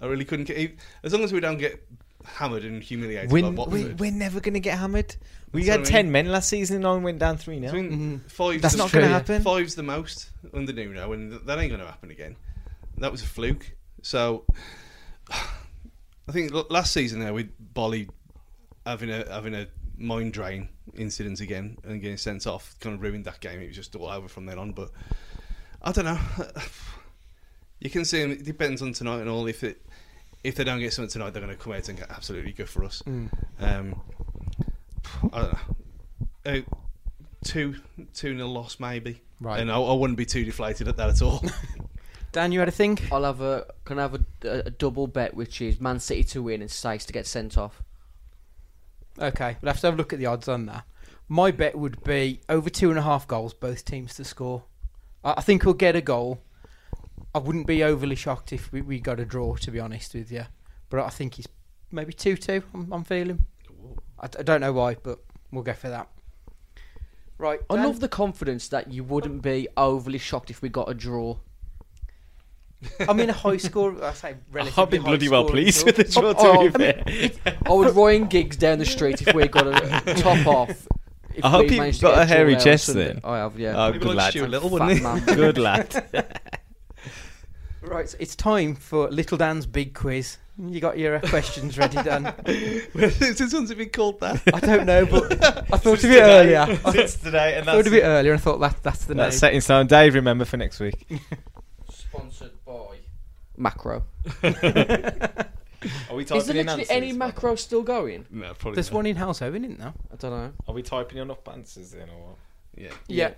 [SPEAKER 2] I really couldn't care. As long as we don't get hammered and humiliated by Watford.
[SPEAKER 3] are never going to get hammered. We
[SPEAKER 2] That's
[SPEAKER 3] had
[SPEAKER 2] what I mean.
[SPEAKER 3] ten men last season, and nine went down three
[SPEAKER 2] I
[SPEAKER 3] now.
[SPEAKER 2] mean,
[SPEAKER 1] Mhm.
[SPEAKER 2] five's
[SPEAKER 3] That's
[SPEAKER 2] the-
[SPEAKER 3] not
[SPEAKER 1] true,
[SPEAKER 3] going to
[SPEAKER 1] yeah.
[SPEAKER 3] happen.
[SPEAKER 2] Five's the most under Nuno, and th- that ain't going to happen again. That was a fluke. So, I think l- last season there with Bolly having a having a mind drain incident again and getting sent off kind of ruined that game. It was just all over from then on. But I don't know. you can see 'em- It depends on tonight and all. If it if they don't get something tonight, they're going to come out and get absolutely go for us.
[SPEAKER 1] Mm.
[SPEAKER 2] Um, I don't know. Uh, two two nil loss maybe.
[SPEAKER 1] Right.
[SPEAKER 2] And I, I wouldn't be too deflated at that at all.
[SPEAKER 1] Dan, you had a thing.
[SPEAKER 4] I'll have a can I have a, a, a double bet, which is Man City to win and Sace to get sent off.
[SPEAKER 1] Okay. We'll have to have a look at the odds on that. My bet would be over two and a half goals, both teams to score. I, I think we'll get a goal. I wouldn't be overly shocked if we, we got a draw, to be honest with you. But I think it's maybe 2 2, I'm, I'm feeling. I, d- I don't know why, but we'll go for that. Right.
[SPEAKER 4] I
[SPEAKER 1] Dan?
[SPEAKER 4] love the confidence that you wouldn't be overly shocked if we got a draw.
[SPEAKER 1] I mean, a high score. I say relatively.
[SPEAKER 3] I've been
[SPEAKER 1] high
[SPEAKER 3] bloody well
[SPEAKER 1] scoring
[SPEAKER 3] pleased
[SPEAKER 1] result.
[SPEAKER 3] with the draw,
[SPEAKER 4] Oh,
[SPEAKER 3] to be
[SPEAKER 4] I mean,
[SPEAKER 3] fair.
[SPEAKER 4] I would Ryan Giggs down the street if we got a top off. If
[SPEAKER 3] I hope
[SPEAKER 4] we
[SPEAKER 3] you've
[SPEAKER 4] managed to
[SPEAKER 3] got
[SPEAKER 4] get
[SPEAKER 3] a hairy
[SPEAKER 4] draw out
[SPEAKER 3] chest
[SPEAKER 4] Sunday.
[SPEAKER 3] then.
[SPEAKER 4] I have, yeah.
[SPEAKER 3] Oh,
[SPEAKER 2] Maybe
[SPEAKER 3] good
[SPEAKER 2] like
[SPEAKER 3] lad.
[SPEAKER 2] Stuart Little,
[SPEAKER 4] Fat
[SPEAKER 2] wouldn't it?
[SPEAKER 4] man.
[SPEAKER 3] Good lad.
[SPEAKER 1] Right, so it's time for Little Dan's big quiz. You got your uh, questions ready, Dan?
[SPEAKER 2] Since once it been called that.
[SPEAKER 1] I don't know, but I thought
[SPEAKER 3] Since
[SPEAKER 1] of it
[SPEAKER 3] today.
[SPEAKER 1] earlier. I thought
[SPEAKER 3] Since today, and
[SPEAKER 1] thought
[SPEAKER 3] that's,
[SPEAKER 1] of it earlier and thought that, that's the name.
[SPEAKER 3] that's set in stone. Dave, remember for next week.
[SPEAKER 4] Sponsored by Macro.
[SPEAKER 3] Are we typing
[SPEAKER 4] Is there
[SPEAKER 3] in
[SPEAKER 4] literally
[SPEAKER 3] answers?
[SPEAKER 4] any Macro still going?
[SPEAKER 2] No, probably.
[SPEAKER 1] There's
[SPEAKER 2] not.
[SPEAKER 1] one in House Owen, isn't there?
[SPEAKER 4] I don't know.
[SPEAKER 3] Are we typing in up answers then, or what?
[SPEAKER 2] Yeah.
[SPEAKER 4] Yeah.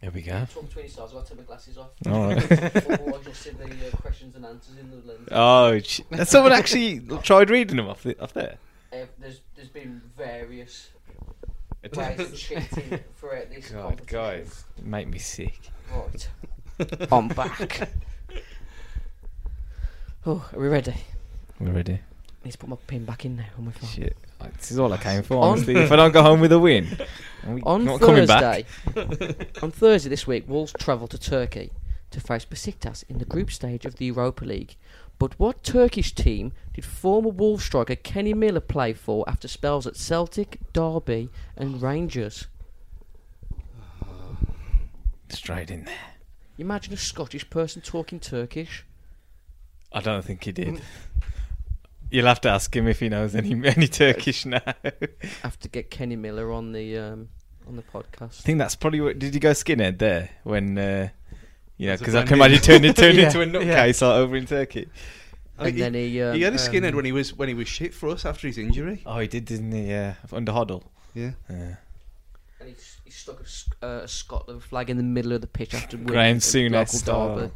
[SPEAKER 3] There we go.
[SPEAKER 4] Talk between yourselves. I'll take my glasses off.
[SPEAKER 3] All right.
[SPEAKER 4] Otherwise, you'll see the uh, questions and answers in the lens.
[SPEAKER 3] Oh, gee. someone actually tried reading them off, the, off there.
[SPEAKER 4] Uh, there's, there's been various ways of cheating throughout this
[SPEAKER 3] God, guys, make me sick.
[SPEAKER 4] Right. I'm back. Oh, are we ready?
[SPEAKER 3] We're ready.
[SPEAKER 4] I need to put my pin back in now on my phone.
[SPEAKER 3] Shit. Like, This is all I came for,
[SPEAKER 4] On-
[SPEAKER 3] honestly. if I don't go home with a win, I'm
[SPEAKER 4] On
[SPEAKER 3] not coming back.
[SPEAKER 4] Thursday, on Thursday this week, Wolves travel to Turkey to face Besiktas in the group stage of the Europa League. But what Turkish team did former Wolves striker Kenny Miller play for after spells at Celtic, Derby, and Rangers?
[SPEAKER 3] Straight in there.
[SPEAKER 4] Imagine a Scottish person talking Turkish.
[SPEAKER 3] I don't think he did. You'll have to ask him if he knows any any Turkish now. I
[SPEAKER 4] I have to get Kenny Miller on the um, on the podcast.
[SPEAKER 3] think that's probably what. Did you go skinhead there when? Uh, you know,
[SPEAKER 2] That's a
[SPEAKER 3] because I can
[SPEAKER 2] brand
[SPEAKER 3] imagine turned, it turned
[SPEAKER 1] Yeah,
[SPEAKER 3] into a
[SPEAKER 1] yeah.
[SPEAKER 3] nutcase like, over in Turkey.
[SPEAKER 2] I mean,
[SPEAKER 4] And then he, um,
[SPEAKER 2] he had a
[SPEAKER 1] um,
[SPEAKER 2] skinhead when he was when he was shit for us after his injury.
[SPEAKER 3] Oh, he did, didn't he? Yeah, under Hoddle.
[SPEAKER 2] Yeah.
[SPEAKER 3] Yeah.
[SPEAKER 4] And he, he stuck a, Sc- uh, a Scotland flag in the middle of the pitch after winning
[SPEAKER 3] Graham
[SPEAKER 4] the
[SPEAKER 3] Souness Oh.
[SPEAKER 4] local
[SPEAKER 3] style.
[SPEAKER 4] derby.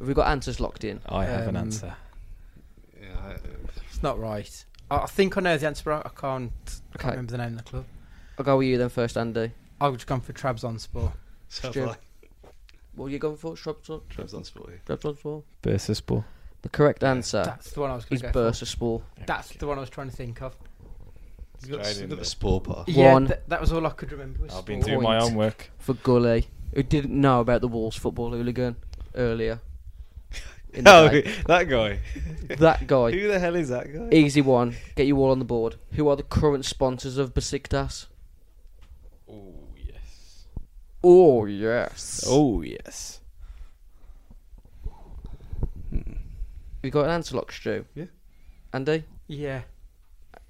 [SPEAKER 4] Have we got answers locked in?
[SPEAKER 3] I have an
[SPEAKER 1] Um,
[SPEAKER 3] answer.
[SPEAKER 2] Yeah. I- uh,
[SPEAKER 1] It's not right. I, I think I know the answer, but I can't, I can't
[SPEAKER 4] Okay.
[SPEAKER 1] remember the name of the club.
[SPEAKER 4] I'll go with you then first, Andy.
[SPEAKER 1] I've just gone for Trabzonspor.
[SPEAKER 2] So
[SPEAKER 4] Stu-
[SPEAKER 2] like
[SPEAKER 4] What are you going for? Shrubs
[SPEAKER 2] Trabzonspor. yeah.
[SPEAKER 3] Bursaspor.
[SPEAKER 4] The correct answer
[SPEAKER 1] That's the one I was
[SPEAKER 4] is
[SPEAKER 1] going to go for.
[SPEAKER 4] Bursaspor.
[SPEAKER 1] That's the one I was trying to think of.
[SPEAKER 2] He's got
[SPEAKER 3] Straight in
[SPEAKER 2] another
[SPEAKER 3] there.
[SPEAKER 2] spore part.
[SPEAKER 1] Yeah,
[SPEAKER 4] One.
[SPEAKER 1] th- that was all I could remember. Was
[SPEAKER 3] I've been
[SPEAKER 1] sport.
[SPEAKER 3] doing my
[SPEAKER 4] Point.
[SPEAKER 3] homework.
[SPEAKER 4] for Gully, who didn't know about the Wolves football hooligan earlier. in the
[SPEAKER 3] Oh,
[SPEAKER 4] day.
[SPEAKER 3] that guy.
[SPEAKER 4] that guy.
[SPEAKER 3] Who the hell is that guy?
[SPEAKER 4] Easy one. Get you all on the board. Who are the current sponsors of Besiktas?
[SPEAKER 3] Oh yes.
[SPEAKER 4] Oh, yes.
[SPEAKER 3] Oh yes.
[SPEAKER 2] Hmm.
[SPEAKER 4] We got an answer lock, Stu.
[SPEAKER 2] Yeah.
[SPEAKER 4] Andy?
[SPEAKER 1] Yeah.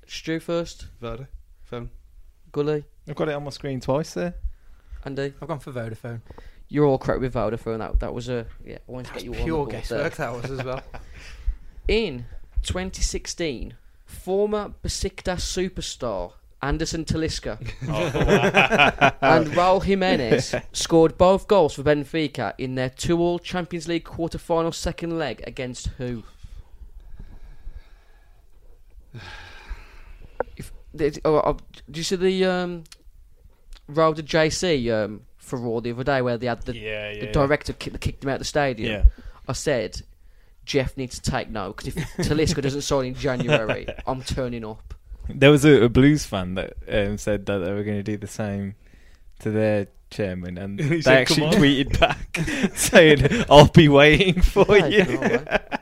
[SPEAKER 4] Stu first.
[SPEAKER 2] Varda. Phone.
[SPEAKER 4] Gully?
[SPEAKER 3] I've got it on my screen twice there.
[SPEAKER 4] Andy?
[SPEAKER 1] I've gone for Vodafone.
[SPEAKER 4] You're all correct with Vodafone. That that was a yeah. I wanted to
[SPEAKER 1] That was
[SPEAKER 4] get you all on the
[SPEAKER 1] pure
[SPEAKER 4] board there.
[SPEAKER 1] guesswork, that was as well.
[SPEAKER 4] In 2016, former Besiktas superstar Anderson Taliska and Raul Jimenez scored both goals for Benfica in their two-all Champions League quarter-final second leg against who? If there's- oh, oh, do you see the um, Raul to JC um, for the other day where they had the
[SPEAKER 3] yeah, yeah.
[SPEAKER 4] the director kicked, kicked him out of the stadium.
[SPEAKER 3] Yeah.
[SPEAKER 4] I said, Jeff needs to take no because if Talisca doesn't sign in January, I'm turning up.
[SPEAKER 3] There was a, a blues fan that um, said that they were going to do the same to their chairman, and
[SPEAKER 2] He
[SPEAKER 3] they
[SPEAKER 2] said,
[SPEAKER 3] actually
[SPEAKER 2] "Come on."
[SPEAKER 3] tweeted back saying, "I'll be waiting for
[SPEAKER 4] Right,
[SPEAKER 3] you."
[SPEAKER 4] all right.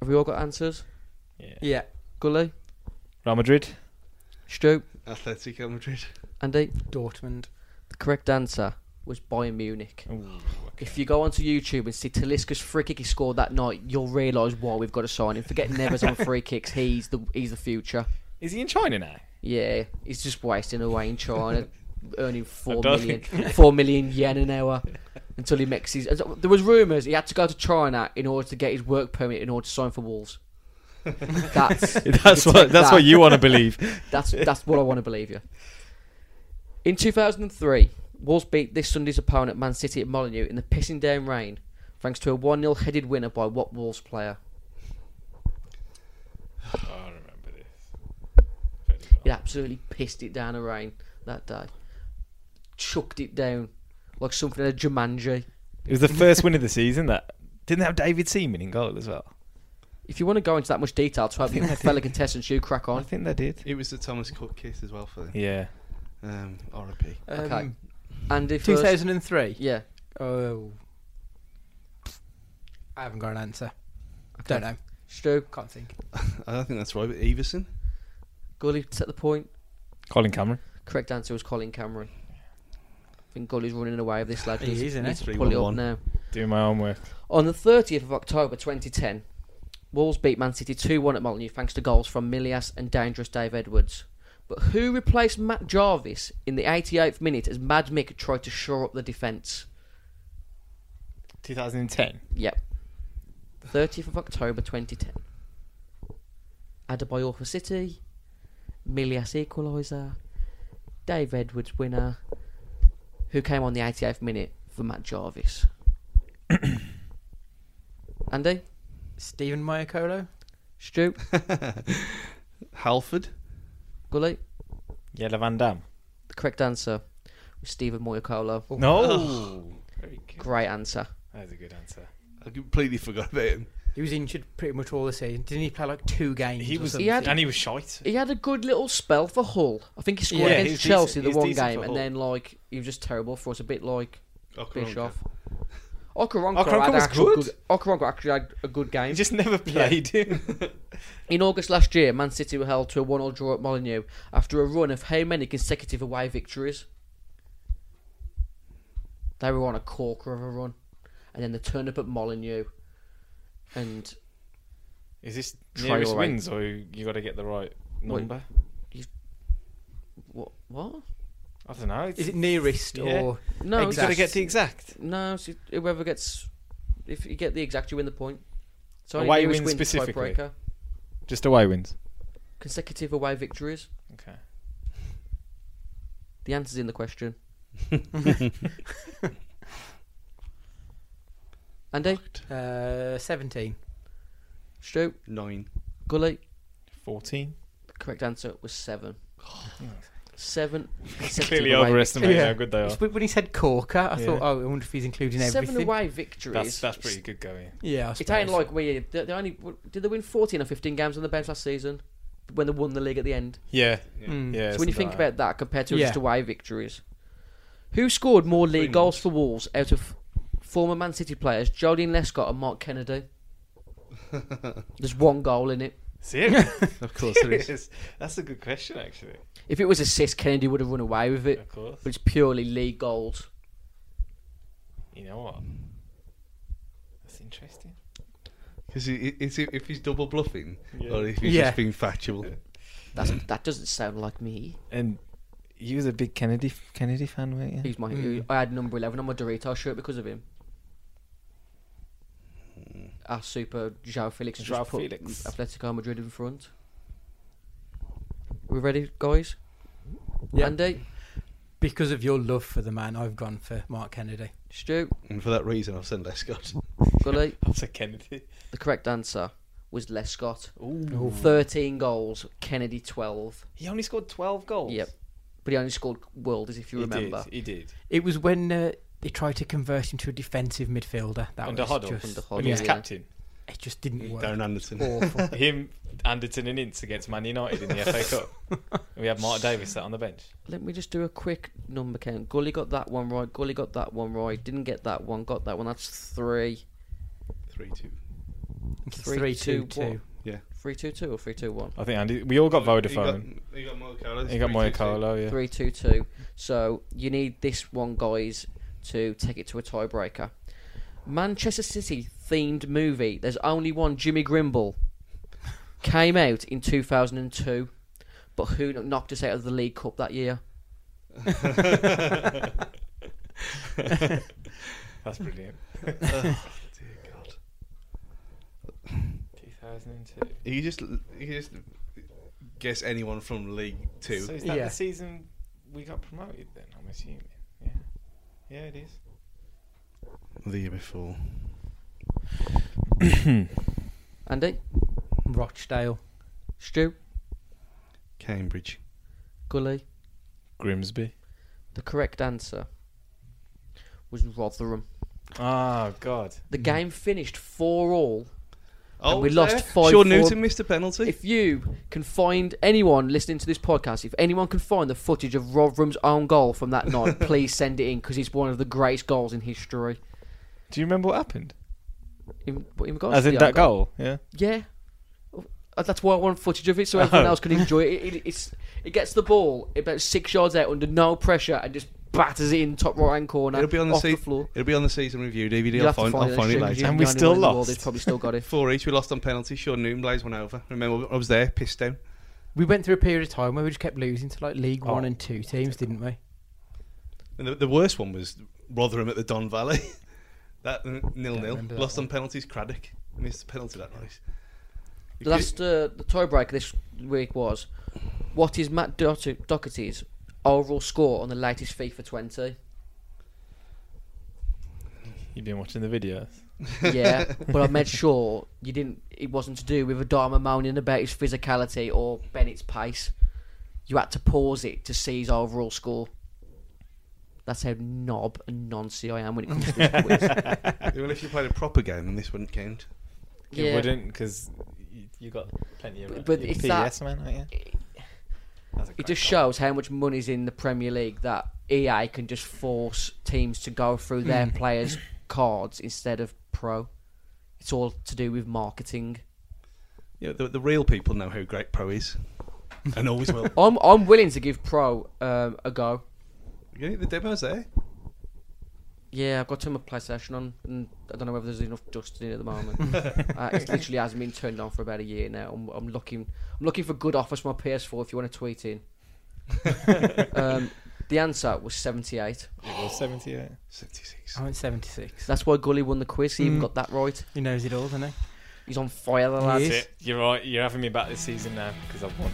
[SPEAKER 4] Have we all got answers?
[SPEAKER 3] Yeah.
[SPEAKER 1] Yeah.
[SPEAKER 4] Gully,
[SPEAKER 3] Real Madrid.
[SPEAKER 4] Stu,
[SPEAKER 2] Atletico Madrid.
[SPEAKER 4] Andy.
[SPEAKER 1] Dortmund.
[SPEAKER 4] The correct answer was Bayern Munich. If you go onto YouTube and see Talisca's free kick he scored that night, you'll realise why we've got to sign him. Forget Neves on free kicks; he's the he's the future.
[SPEAKER 3] Is he in China now?
[SPEAKER 4] Yeah, he's just wasting away in China, earning four
[SPEAKER 3] don't
[SPEAKER 4] million, four million yen an hour until he makes his. There was rumours he had to go to China in order to get his work permit in order to sign for Wolves. That's
[SPEAKER 3] That's
[SPEAKER 4] you
[SPEAKER 3] what.
[SPEAKER 4] take
[SPEAKER 3] That's
[SPEAKER 4] that.
[SPEAKER 3] what you want to believe.
[SPEAKER 4] That's that's what I want to believe you. In 2003, Wolves beat this Sunday's opponent Man City at Molineux in the pissing down rain, thanks to a one 0 headed winner by what Wolves player?
[SPEAKER 3] I remember this.
[SPEAKER 4] He absolutely pissed it down the rain that day, chucked it down like something out of Jumanji.
[SPEAKER 3] It was the first win of the season. That didn't they have David Seaman in goal as well.
[SPEAKER 4] If you want to go into that much detail to help your fellow contestants, you crack
[SPEAKER 3] I
[SPEAKER 4] on.
[SPEAKER 3] think they did.
[SPEAKER 2] It was the Thomas Cook kiss as well for them.
[SPEAKER 3] Yeah.
[SPEAKER 2] Um, R.I.P.
[SPEAKER 4] Okay.
[SPEAKER 1] Um,
[SPEAKER 4] And if uh,
[SPEAKER 1] 2003.
[SPEAKER 4] yeah,
[SPEAKER 1] Oh. I haven't got an answer. Don't know.
[SPEAKER 4] Stu
[SPEAKER 1] Can't think.
[SPEAKER 2] I don't think that's right, but Everson.
[SPEAKER 4] Gully set the point.
[SPEAKER 3] Colin Cameron.
[SPEAKER 4] Correct answer was Colin Cameron. I think Gully's running away with this lad.
[SPEAKER 1] He is, isn't
[SPEAKER 4] Needs
[SPEAKER 1] he?
[SPEAKER 4] to pull it up
[SPEAKER 2] 3-1-1.
[SPEAKER 4] now.
[SPEAKER 3] Doing my own work.
[SPEAKER 4] On the 30th of October 2010, Wolves beat Man City 2 1 at Molineux thanks to goals from Milias and dangerous Dave Edwards. But who replaced Matt Jarvis in the 88th minute as Mad Mick tried to shore up the defence?
[SPEAKER 3] 2010.
[SPEAKER 4] Yep. 30th of October 2010. Adebayor for City, Milias equaliser, Dave Edwards winner, who came on the 88th minute for Matt Jarvis. Andy?
[SPEAKER 1] Stephen Mayakolo?
[SPEAKER 4] Stu?
[SPEAKER 2] Halford.
[SPEAKER 4] Gully?
[SPEAKER 3] Yellow Van Dam.
[SPEAKER 4] The correct answer was Stephen Moyakolo.
[SPEAKER 3] No.
[SPEAKER 4] Oh.
[SPEAKER 3] Very good.
[SPEAKER 4] Great answer.
[SPEAKER 3] That's a good answer.
[SPEAKER 2] I completely forgot about him.
[SPEAKER 1] He was injured pretty much all the season. Didn't he play like two games?
[SPEAKER 3] He
[SPEAKER 1] or
[SPEAKER 3] was,
[SPEAKER 1] something?
[SPEAKER 4] he had-
[SPEAKER 3] and he was shite.
[SPEAKER 4] He had a good little spell for Hull. I think he scored
[SPEAKER 3] Yeah,
[SPEAKER 4] against
[SPEAKER 3] he's decent-
[SPEAKER 4] Chelsea the
[SPEAKER 3] he's
[SPEAKER 4] one
[SPEAKER 3] decent
[SPEAKER 4] game,
[SPEAKER 3] for
[SPEAKER 4] and
[SPEAKER 3] Hull.
[SPEAKER 4] then like he was just terrible for us. A bit like
[SPEAKER 2] Okoronka.
[SPEAKER 4] Bischoff. Okoronko,
[SPEAKER 3] Okoronko
[SPEAKER 4] had
[SPEAKER 3] was
[SPEAKER 4] actual
[SPEAKER 3] good.
[SPEAKER 4] good. Okoronko actually had a good
[SPEAKER 3] He
[SPEAKER 4] game.
[SPEAKER 3] just never played him.
[SPEAKER 4] In August last year, Man City were held to a one-all draw at Molineux after a run of how many consecutive away victories? They were on a corker of a run, and then they turned up at Molineux, and
[SPEAKER 3] Is this
[SPEAKER 4] Try
[SPEAKER 3] nearest
[SPEAKER 4] your right.
[SPEAKER 3] wins or you got to get the right
[SPEAKER 4] What-
[SPEAKER 3] number?
[SPEAKER 4] what? What?
[SPEAKER 3] I don't know. It's,
[SPEAKER 1] Is it nearest
[SPEAKER 3] Yeah.
[SPEAKER 1] or
[SPEAKER 4] No,
[SPEAKER 3] you got to
[SPEAKER 1] exact.
[SPEAKER 3] get the exact.
[SPEAKER 4] No, so whoever gets, if you get the exact, you win the point. So
[SPEAKER 3] Away
[SPEAKER 4] nearest
[SPEAKER 3] wins
[SPEAKER 4] win's
[SPEAKER 3] specifically.
[SPEAKER 4] tiebreaker.
[SPEAKER 3] Just away wins.
[SPEAKER 4] Consecutive away victories.
[SPEAKER 3] Okay.
[SPEAKER 4] The answer's in the question. Andy,
[SPEAKER 1] uh, 17?
[SPEAKER 4] Stu,
[SPEAKER 2] Nine.
[SPEAKER 4] Gully.
[SPEAKER 3] 14.
[SPEAKER 4] The correct answer was seven. Seven. consecutive
[SPEAKER 3] Clearly
[SPEAKER 4] away
[SPEAKER 3] overestimated
[SPEAKER 1] Yeah.
[SPEAKER 3] how good they are.
[SPEAKER 1] It's when when he said Corker, I
[SPEAKER 3] Yeah.
[SPEAKER 1] thought, oh, I wonder if he's including
[SPEAKER 4] victories.
[SPEAKER 1] everything.
[SPEAKER 4] Seven away victories.
[SPEAKER 3] That's, that's pretty good going.
[SPEAKER 1] Yeah, I
[SPEAKER 4] It
[SPEAKER 1] suppose.
[SPEAKER 4] ain't like we. They, they only did they win fourteen or fifteen games on the bench last season when they won the league at the end.
[SPEAKER 3] Yeah.
[SPEAKER 1] Mm.
[SPEAKER 3] Yeah.
[SPEAKER 4] So when you think about that compared to
[SPEAKER 1] Yeah.
[SPEAKER 4] just away victories, who scored more league
[SPEAKER 2] Three
[SPEAKER 4] goals for Wolves out of former Man City players Jolene Lescott and Mark Kennedy? There's one goal in it.
[SPEAKER 3] Serious?
[SPEAKER 2] Of course there is.
[SPEAKER 3] That's a good question, actually.
[SPEAKER 4] If it was assist, Kennedy would have run away with it.
[SPEAKER 3] Of course.
[SPEAKER 4] But it's purely league goals.
[SPEAKER 3] You know what? That's interesting.
[SPEAKER 2] Because if he's double bluffing
[SPEAKER 3] Yeah.
[SPEAKER 2] or if he's
[SPEAKER 1] Yeah.
[SPEAKER 2] just being factual.
[SPEAKER 4] That's, that doesn't sound like me.
[SPEAKER 3] And you was a big Kennedy Kennedy fan, weren't
[SPEAKER 4] He's my.
[SPEAKER 1] Mm.
[SPEAKER 4] I had number eleven on my Dorito shirt because of him. Our super Joao Felix has just
[SPEAKER 3] Joao
[SPEAKER 4] put
[SPEAKER 3] Mm. Felix.
[SPEAKER 4] Atletico Madrid in front. We ready, guys?
[SPEAKER 1] Yeah.
[SPEAKER 4] Andy,
[SPEAKER 1] Because of your love for the man, I've gone for Mark Kennedy.
[SPEAKER 4] Stu,
[SPEAKER 2] And for that reason, I've sent Lescott.
[SPEAKER 4] Gully.
[SPEAKER 3] That's a Kennedy.
[SPEAKER 4] The correct answer was Les Scott.
[SPEAKER 3] Ooh.
[SPEAKER 4] 13 goals, Kennedy 12.
[SPEAKER 3] He only scored 12 goals.
[SPEAKER 4] Yep. But he only scored worlders, if you
[SPEAKER 3] he
[SPEAKER 4] remember.
[SPEAKER 3] Did. He did.
[SPEAKER 1] It was when uh, they tried to convert him to a defensive midfielder. That
[SPEAKER 3] Under
[SPEAKER 1] was
[SPEAKER 3] Huddle.
[SPEAKER 1] just,
[SPEAKER 4] Under
[SPEAKER 3] When he was
[SPEAKER 4] Yeah.
[SPEAKER 3] captain.
[SPEAKER 1] it just didn't work.
[SPEAKER 2] Darren Anderson.
[SPEAKER 1] Awful.
[SPEAKER 3] Him, Anderton, and Ince against Man United in the FA Cup. And we had Mark Davis sat on the bench.
[SPEAKER 4] Let me just do a quick number count. Gully got that one right. Gully got that one right. Didn't get that one. Got that one. That's three.
[SPEAKER 2] 3 2.
[SPEAKER 4] Three,
[SPEAKER 1] Three, two,
[SPEAKER 4] two,
[SPEAKER 1] two.
[SPEAKER 4] one.
[SPEAKER 2] Yeah.
[SPEAKER 4] Three two two or three two one.
[SPEAKER 3] I think Andy. We all got Vodafone.
[SPEAKER 2] He got Moya Carlos.
[SPEAKER 3] He got, Moya Carlo, yeah.
[SPEAKER 4] Three two two. So you need this one, guys, to take it to a tiebreaker. Manchester City themed movie. There's only one. Jimmy Grimble came out in 2002, but who knocked us out of the League Cup that year?
[SPEAKER 3] That's brilliant.
[SPEAKER 2] Dear God.
[SPEAKER 3] 2002.
[SPEAKER 2] You just, you just guess anyone from League Two.
[SPEAKER 3] So is that
[SPEAKER 1] Yeah.
[SPEAKER 3] the season we got promoted then? I'm assuming. Yeah. Yeah, it is.
[SPEAKER 2] the year before.
[SPEAKER 4] Andy,
[SPEAKER 1] Rochdale.
[SPEAKER 4] Stu,
[SPEAKER 2] Cambridge.
[SPEAKER 4] Gully.
[SPEAKER 3] Grimsby.
[SPEAKER 4] The correct answer was Rotherham.
[SPEAKER 3] Oh God.
[SPEAKER 4] The game finished four all and we lost five.
[SPEAKER 2] Oh, Sean
[SPEAKER 4] four.
[SPEAKER 2] Newton missed a penalty.
[SPEAKER 4] If you can find anyone listening to this podcast, if anyone can find the footage of Rotherham's own goal from that night, please send it in because it's one of the greatest goals in history.
[SPEAKER 3] Do you remember what happened?
[SPEAKER 4] In, in regards
[SPEAKER 3] As
[SPEAKER 4] to
[SPEAKER 3] in
[SPEAKER 4] the
[SPEAKER 3] that
[SPEAKER 4] own goal,
[SPEAKER 3] goal? Yeah.
[SPEAKER 4] yeah. Uh, That's why I want footage of it so everyone else can enjoy it. It, it. It's it gets the ball about six yards out under no pressure and just batters it in top right hand corner.
[SPEAKER 2] it'll be on the,
[SPEAKER 4] off
[SPEAKER 2] sea-
[SPEAKER 4] the floor.
[SPEAKER 2] It'll be on the season review DVD.
[SPEAKER 4] You'll
[SPEAKER 2] I'll
[SPEAKER 4] have to
[SPEAKER 2] find, I'll
[SPEAKER 4] it.
[SPEAKER 2] find it
[SPEAKER 4] Strange
[SPEAKER 2] later.
[SPEAKER 4] you've
[SPEAKER 3] And we
[SPEAKER 4] done it
[SPEAKER 3] still
[SPEAKER 4] in the world,
[SPEAKER 3] lost.
[SPEAKER 4] They've probably still got it.
[SPEAKER 2] Four each. We lost on penalty. Sean Newton blazed one over. Remember, I was there, pissed down.
[SPEAKER 1] We went through a period of time where we just kept losing to like League One
[SPEAKER 3] Oh.
[SPEAKER 1] and Two teams, didn't we?
[SPEAKER 2] And the, the worst one was Rotherham at the Don Valley. that nil nil.
[SPEAKER 1] remember that
[SPEAKER 2] Lost
[SPEAKER 1] one.
[SPEAKER 2] on penalties. Craddock missed a penalty that night. You
[SPEAKER 4] The last uh, the tiebreaker this week was what is Matt Doherty- Doherty's overall score on the latest FIFA 20?
[SPEAKER 3] You've been watching the videos.
[SPEAKER 4] Yeah, but I made sure you didn't. It wasn't to do with Adama moaning about his physicality or Bennett's pace. You had to pause it to see his overall score. That's how knob and noncy I am when it comes to this quiz.
[SPEAKER 2] could- Even if you played a proper game, and this wouldn't count.
[SPEAKER 3] You
[SPEAKER 4] Yeah.
[SPEAKER 3] wouldn't because you, you got plenty of
[SPEAKER 4] But- but
[SPEAKER 3] you're
[SPEAKER 4] it's
[SPEAKER 3] PES
[SPEAKER 4] that-
[SPEAKER 3] man, aren't you? That's a
[SPEAKER 4] It
[SPEAKER 3] great
[SPEAKER 4] just
[SPEAKER 3] goal.
[SPEAKER 4] shows how much money's in the Premier League that EA can just force teams to go through their players' cards instead of pro. It's all to do with marketing.
[SPEAKER 2] Yeah, the, the real people know who great pro is, and always will.
[SPEAKER 4] I'm I'm willing to give pro um, a go.
[SPEAKER 2] Yeah, the demo's there.
[SPEAKER 4] Yeah, I've got to turn my PlayStation on, and I don't know whether there's enough dust in it at the moment. uh, it literally hasn't been turned on for about a year now. I'm, I'm looking, I'm looking for good offers for my PS4. If you want to tweet in, um, the answer was 78.
[SPEAKER 3] It was 78.
[SPEAKER 2] Seventy six.
[SPEAKER 1] I went 76.
[SPEAKER 4] That's why Gully won the quiz. He even
[SPEAKER 1] Mm.
[SPEAKER 4] got that right.
[SPEAKER 1] He knows it all, doesn't he?
[SPEAKER 4] He's on fire, the
[SPEAKER 1] He
[SPEAKER 4] lad.
[SPEAKER 1] is.
[SPEAKER 3] That's it. You're right. You're having me back this season now because I've won.